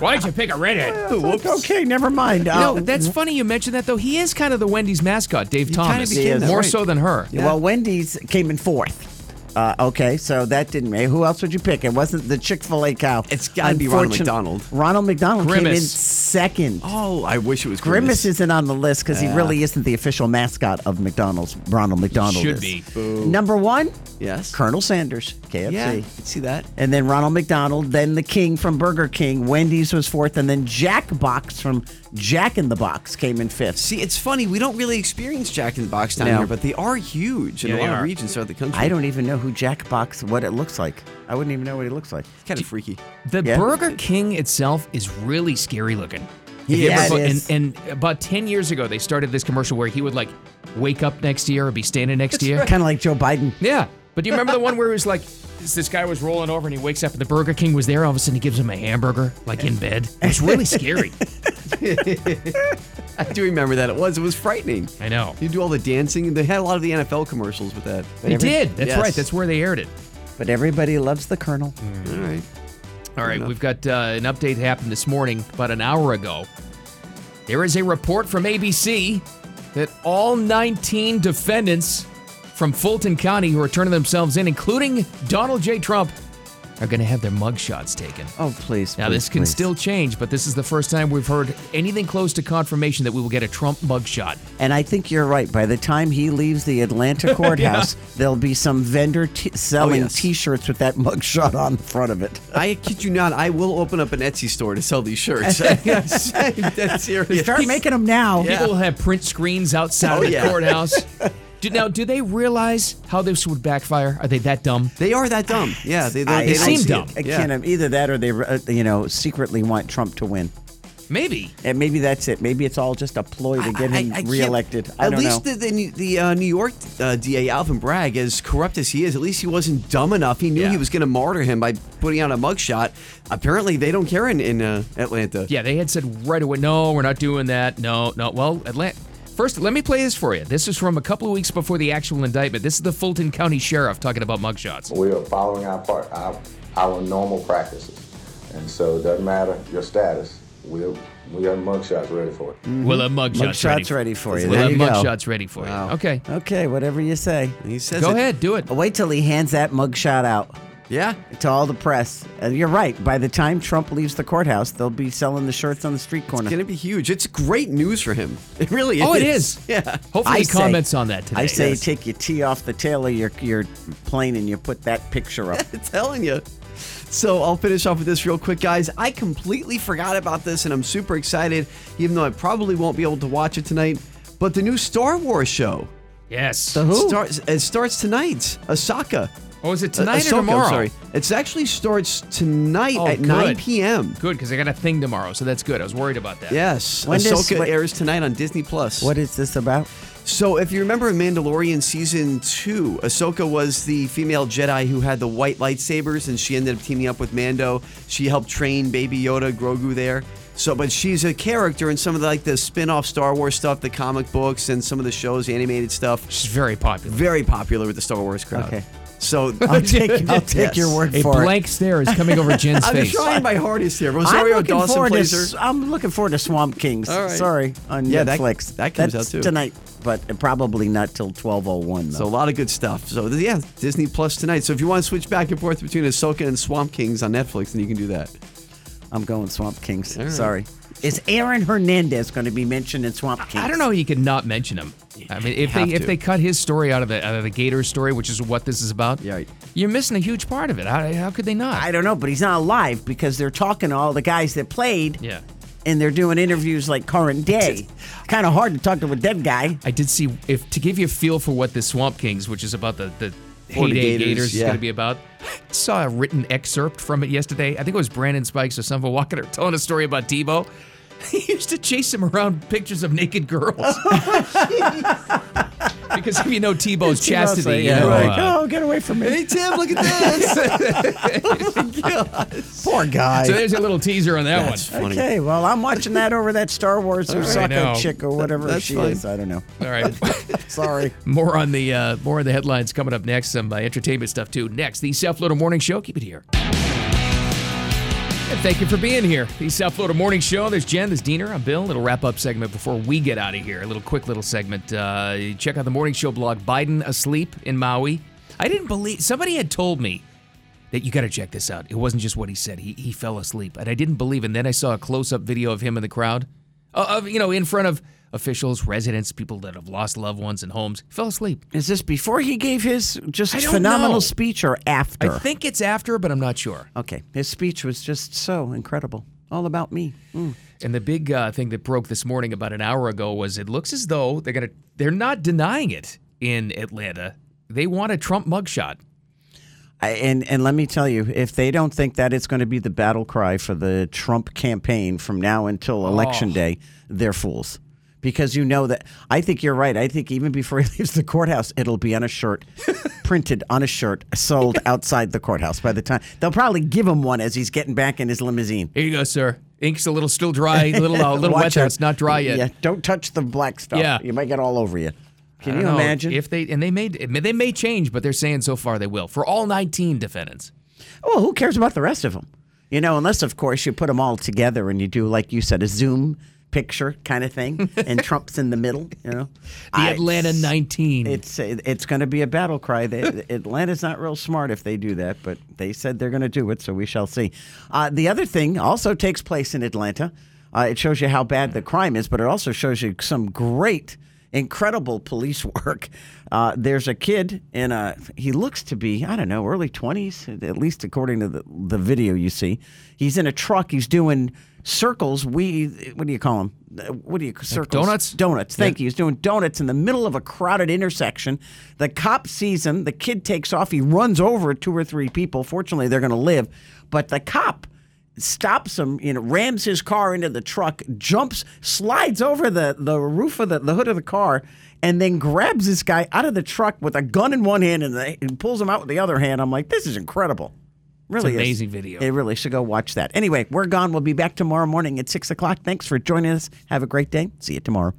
Why'd you pick a redhead? Like, okay, never mind. You know, Uh, that's funny you mentioned that though. He is kind of the Wendy's mascot, Dave Thomas. became that, more right. so than her. Well, Wendy's came in fourth. Uh, okay, so that didn't make. Who else would you pick? It wasn't the Chick Fil A cow. It's gotta be Ronald McDonald. Ronald McDonald came in Grimace. second. Oh, I wish it was Grimace, Grimace. isn't on the list because Yeah. he really isn't the official mascot of McDonald's. Ronald McDonald should is. be. Boo. number one. Yes. Colonel Sanders, KFC, Yeah, I could see that. and then Ronald McDonald, then the King from Burger King. Wendy's was fourth, and then Jack Box from Jack in the Box came in fifth. See, it's funny. We don't really experience Jack in the Box down No. here, but they are huge in Yeah, a they lot are. of regions throughout the country. I don't even know who Jack Box, what it looks like. I wouldn't even know what he looks like. It's kind of freaky. The Yeah. Burger King itself is really scary looking. Yeah, If you ever it go- is. And, and about 10 years ago, they started this commercial where he would like wake up next year or be standing next to you. Kind of like Joe Biden. Yeah. But do you remember the one where it was like, this this guy was rolling over and he wakes up and the Burger King was there. All of a sudden, he gives him a hamburger, like in bed. It's really scary. I do remember that. It was. It was frightening. I know. You do all the dancing. They had a lot of the NFL commercials with that. They did. That's Yes. right. That's where they aired it. But everybody loves the Colonel. All right. All right, we've got uh, an update happened this morning, about an hour ago. There is a report from ABC that all 19 defendants from Fulton County who are turning themselves in, including Donald J. Trump, are going to have their mugshots taken. Oh, please. Now, this please, can please. still change, but this is the first time we've heard anything close to confirmation that we will get a Trump mugshot. And I think you're right. By the time he leaves the Atlanta courthouse, there'll be some vendor t- selling Oh, yes. T-shirts with that mugshot on the front of it. I kid you not. I will open up an Etsy store to sell these shirts. That's serious. Start making them now. People will have print screens outside of Oh, the yeah. courthouse. Do, now, do they realize how this would backfire? Are they that dumb? They are that dumb. Yeah. They, they, I, they I don't seem see it. dumb. I Yeah. can't. Either that, or they, uh, you know, secretly want Trump to win. Maybe. And maybe that's it. Maybe it's all just a ploy to get him can't- reelected. I at don't least know. the, the, the uh, New York uh, DA Alvin Bragg, as corrupt as he is, at least he wasn't dumb enough. He knew he was going to martyr him by putting out a mugshot. Apparently, they don't care in, in uh, Atlanta. Yeah, they had said right away, no, we're not doing that. No, no. Well, Atlanta. First, let me play this for you. This is from a couple of weeks before the actual indictment. This is the Fulton County Sheriff talking about mugshots. Oh, We are following our part, our, our normal practices. And so it doesn't matter your status. We are, we are mugshots ready for it. We'll have mugshots Mugshots ready, for you. We'll There have you go. mugshots ready for you. Okay. Okay, whatever you say. He says Go it. ahead, do it. Wait till he hands that mugshot out. Yeah. To all the press. And you're right. By the time Trump leaves the courthouse, they'll be selling the shirts on the street corner. It's going to be huge. It's great news for him. It really is. Oh, it is. Yeah. Hopefully, I he say- comments on that today. I say Yes. take your tee off the tail of your, your plane and you put that picture up. telling you. So I'll finish off with this real quick, guys. I completely forgot about this, and I'm super excited, even though I probably won't be able to watch it tonight. But the new Star Wars show. Yes. Starts, it starts tonight. Osaka. Oh, is it Uh, tonight or Ahsoka, I'm tomorrow? sorry. It actually starts tonight Oh, at good. 9 p.m. Good, because I got a thing tomorrow, so that's good. I was worried about that. Yes. When does- Ahsoka what- airs tonight on Disney Plus. What is this about? So, if you remember in Mandalorian season two, Ahsoka was the female Jedi who had the white lightsabers, and she ended up teaming up with Mando. She helped train Baby Yoda, Grogu there. So, but she's a character in some of the, like the spin-off Star Wars stuff, the comic books, and some of the shows, the animated stuff. She's very popular. Very popular with the Star Wars crowd. Okay. So I'll take- I'll take your word A for it. blank stare is coming over Jen's I'm face. trying my hardest here. I'm Rosario looking, Dawson forward to, plays her. s- I'm looking forward to Swamp Kings. All right. Sorry, on Yeah, that- Netflix. that comes That's out too. tonight, but probably not till 12:01 though. So a lot of good stuff. So th- yeah, Disney Plus tonight. So if you want to switch back and forth between Ahsoka and Swamp Kings on Netflix, then you can do that. I'm going Swamp Kings. right. Sorry. Is Aaron Hernandez going to be mentioned in Swamp Kings? I don't know. You could not mention him. I mean, if Have they if to. they cut his story out of the out of the Gator story, which is what this is about, Yeah, right. you're missing a huge part of it. How, how could they not? I don't know, but he's not alive because they're talking to all the guys that played. yeah, And they're doing interviews like current day. kind of hard to talk to a dead guy. I did see. If to give you a feel for what this Swamp Kings, which is about the the Or the heyday Gators, Gators, is yeah. going to be about. I saw a written excerpt from it yesterday. I think it was Brandon Spikes or someone walking or telling a story about Debo. He used to chase him around pictures of naked girls. because if you know Tebow's chastity, you yeah, know, like, uh, oh, get away from me. Hey Tim, look at this. Poor guy. so there's a little teaser on that That's one. funny. Okay, well, I'm watching that over that Star Wars or I know. chick or whatever That's she fine. is. I don't know. All right. Sorry. More on the uh, more on the headlines coming up next. Some uh, entertainment stuff too. Next, the South Florida Morning Show. Keep it here. And thank you for being here. The South Florida Morning Show. There's Jen. There's Diener. I'm Bill. Little wrap up segment before we get out of here. A little quick little segment. Uh, you check out the morning show blog. Biden asleep in Maui. I didn't believe somebody had told me that you got to check this out. It wasn't just what he said. He he fell asleep, and I didn't believe. And then I saw a close up video of him in the crowd, uh, of you know, in front of officials, residents, people that have lost loved ones and homes. He fell asleep. Is this before he gave his just I don't phenomenal know. speech or after? I think it's after, but I'm not sure. Okay, his speech was just so incredible. All about me. Mm. And the big uh, thing that broke this morning about an hour ago was it looks as though they're gonna they're not denying it in Atlanta. They want a Trump mugshot. I, and and let me tell you, if they don't think that it's going to be the battle cry for the Trump campaign from now Oh. until election day, they're fools. Because you know that I think you're right. I think even before he leaves the courthouse, it'll be on a shirt, printed on a shirt, sold outside the courthouse. By the time they'll probably give him one as he's getting back in his limousine. Here you go, sir. Ink's a little still dry, a little uh, a little wet. Watch There. out. It's not dry yet. Yeah, don't touch the black stuff. Yeah. You might get all over you. Can I you don't know imagine? if they and they may they may change, but they're saying so far they will for all 19 defendants. Well, who cares about the rest of them? You know, unless, of course, you put them all together and you do, like you said, a Zoom picture kind of thing, and Trump's in the middle, you know? The Atlanta 19. It's it's going to be a battle cry. They, Atlanta's not real smart if they do that, but they said they're going to do it, so we shall see. Uh, the other thing also takes place in Atlanta. Uh, it shows you how bad the crime is, but it also shows you some great, incredible police work. Uh, there's a kid in a he looks to be I don't know early 20s, at least according to the, the video you see. He's in a truck. He's doing circles. We what do you call them? What do you circles? donuts? Donuts. Thank you. He's doing donuts in the middle of a crowded intersection. The cop sees him. The kid takes off. He runs over two or three people. Fortunately, they're going to live. But the cop stops him, you know, rams his car into the truck, jumps, slides over the, the roof of the, the hood of the car, and then grabs this guy out of the truck with a gun in one hand and, the, and pulls him out with the other hand. I'm like, this is incredible. Really is. amazing video. It really should go watch that. Anyway, we're gone. We'll be back tomorrow morning at 6 o'clock. Thanks for joining us. Have a great day. See you tomorrow.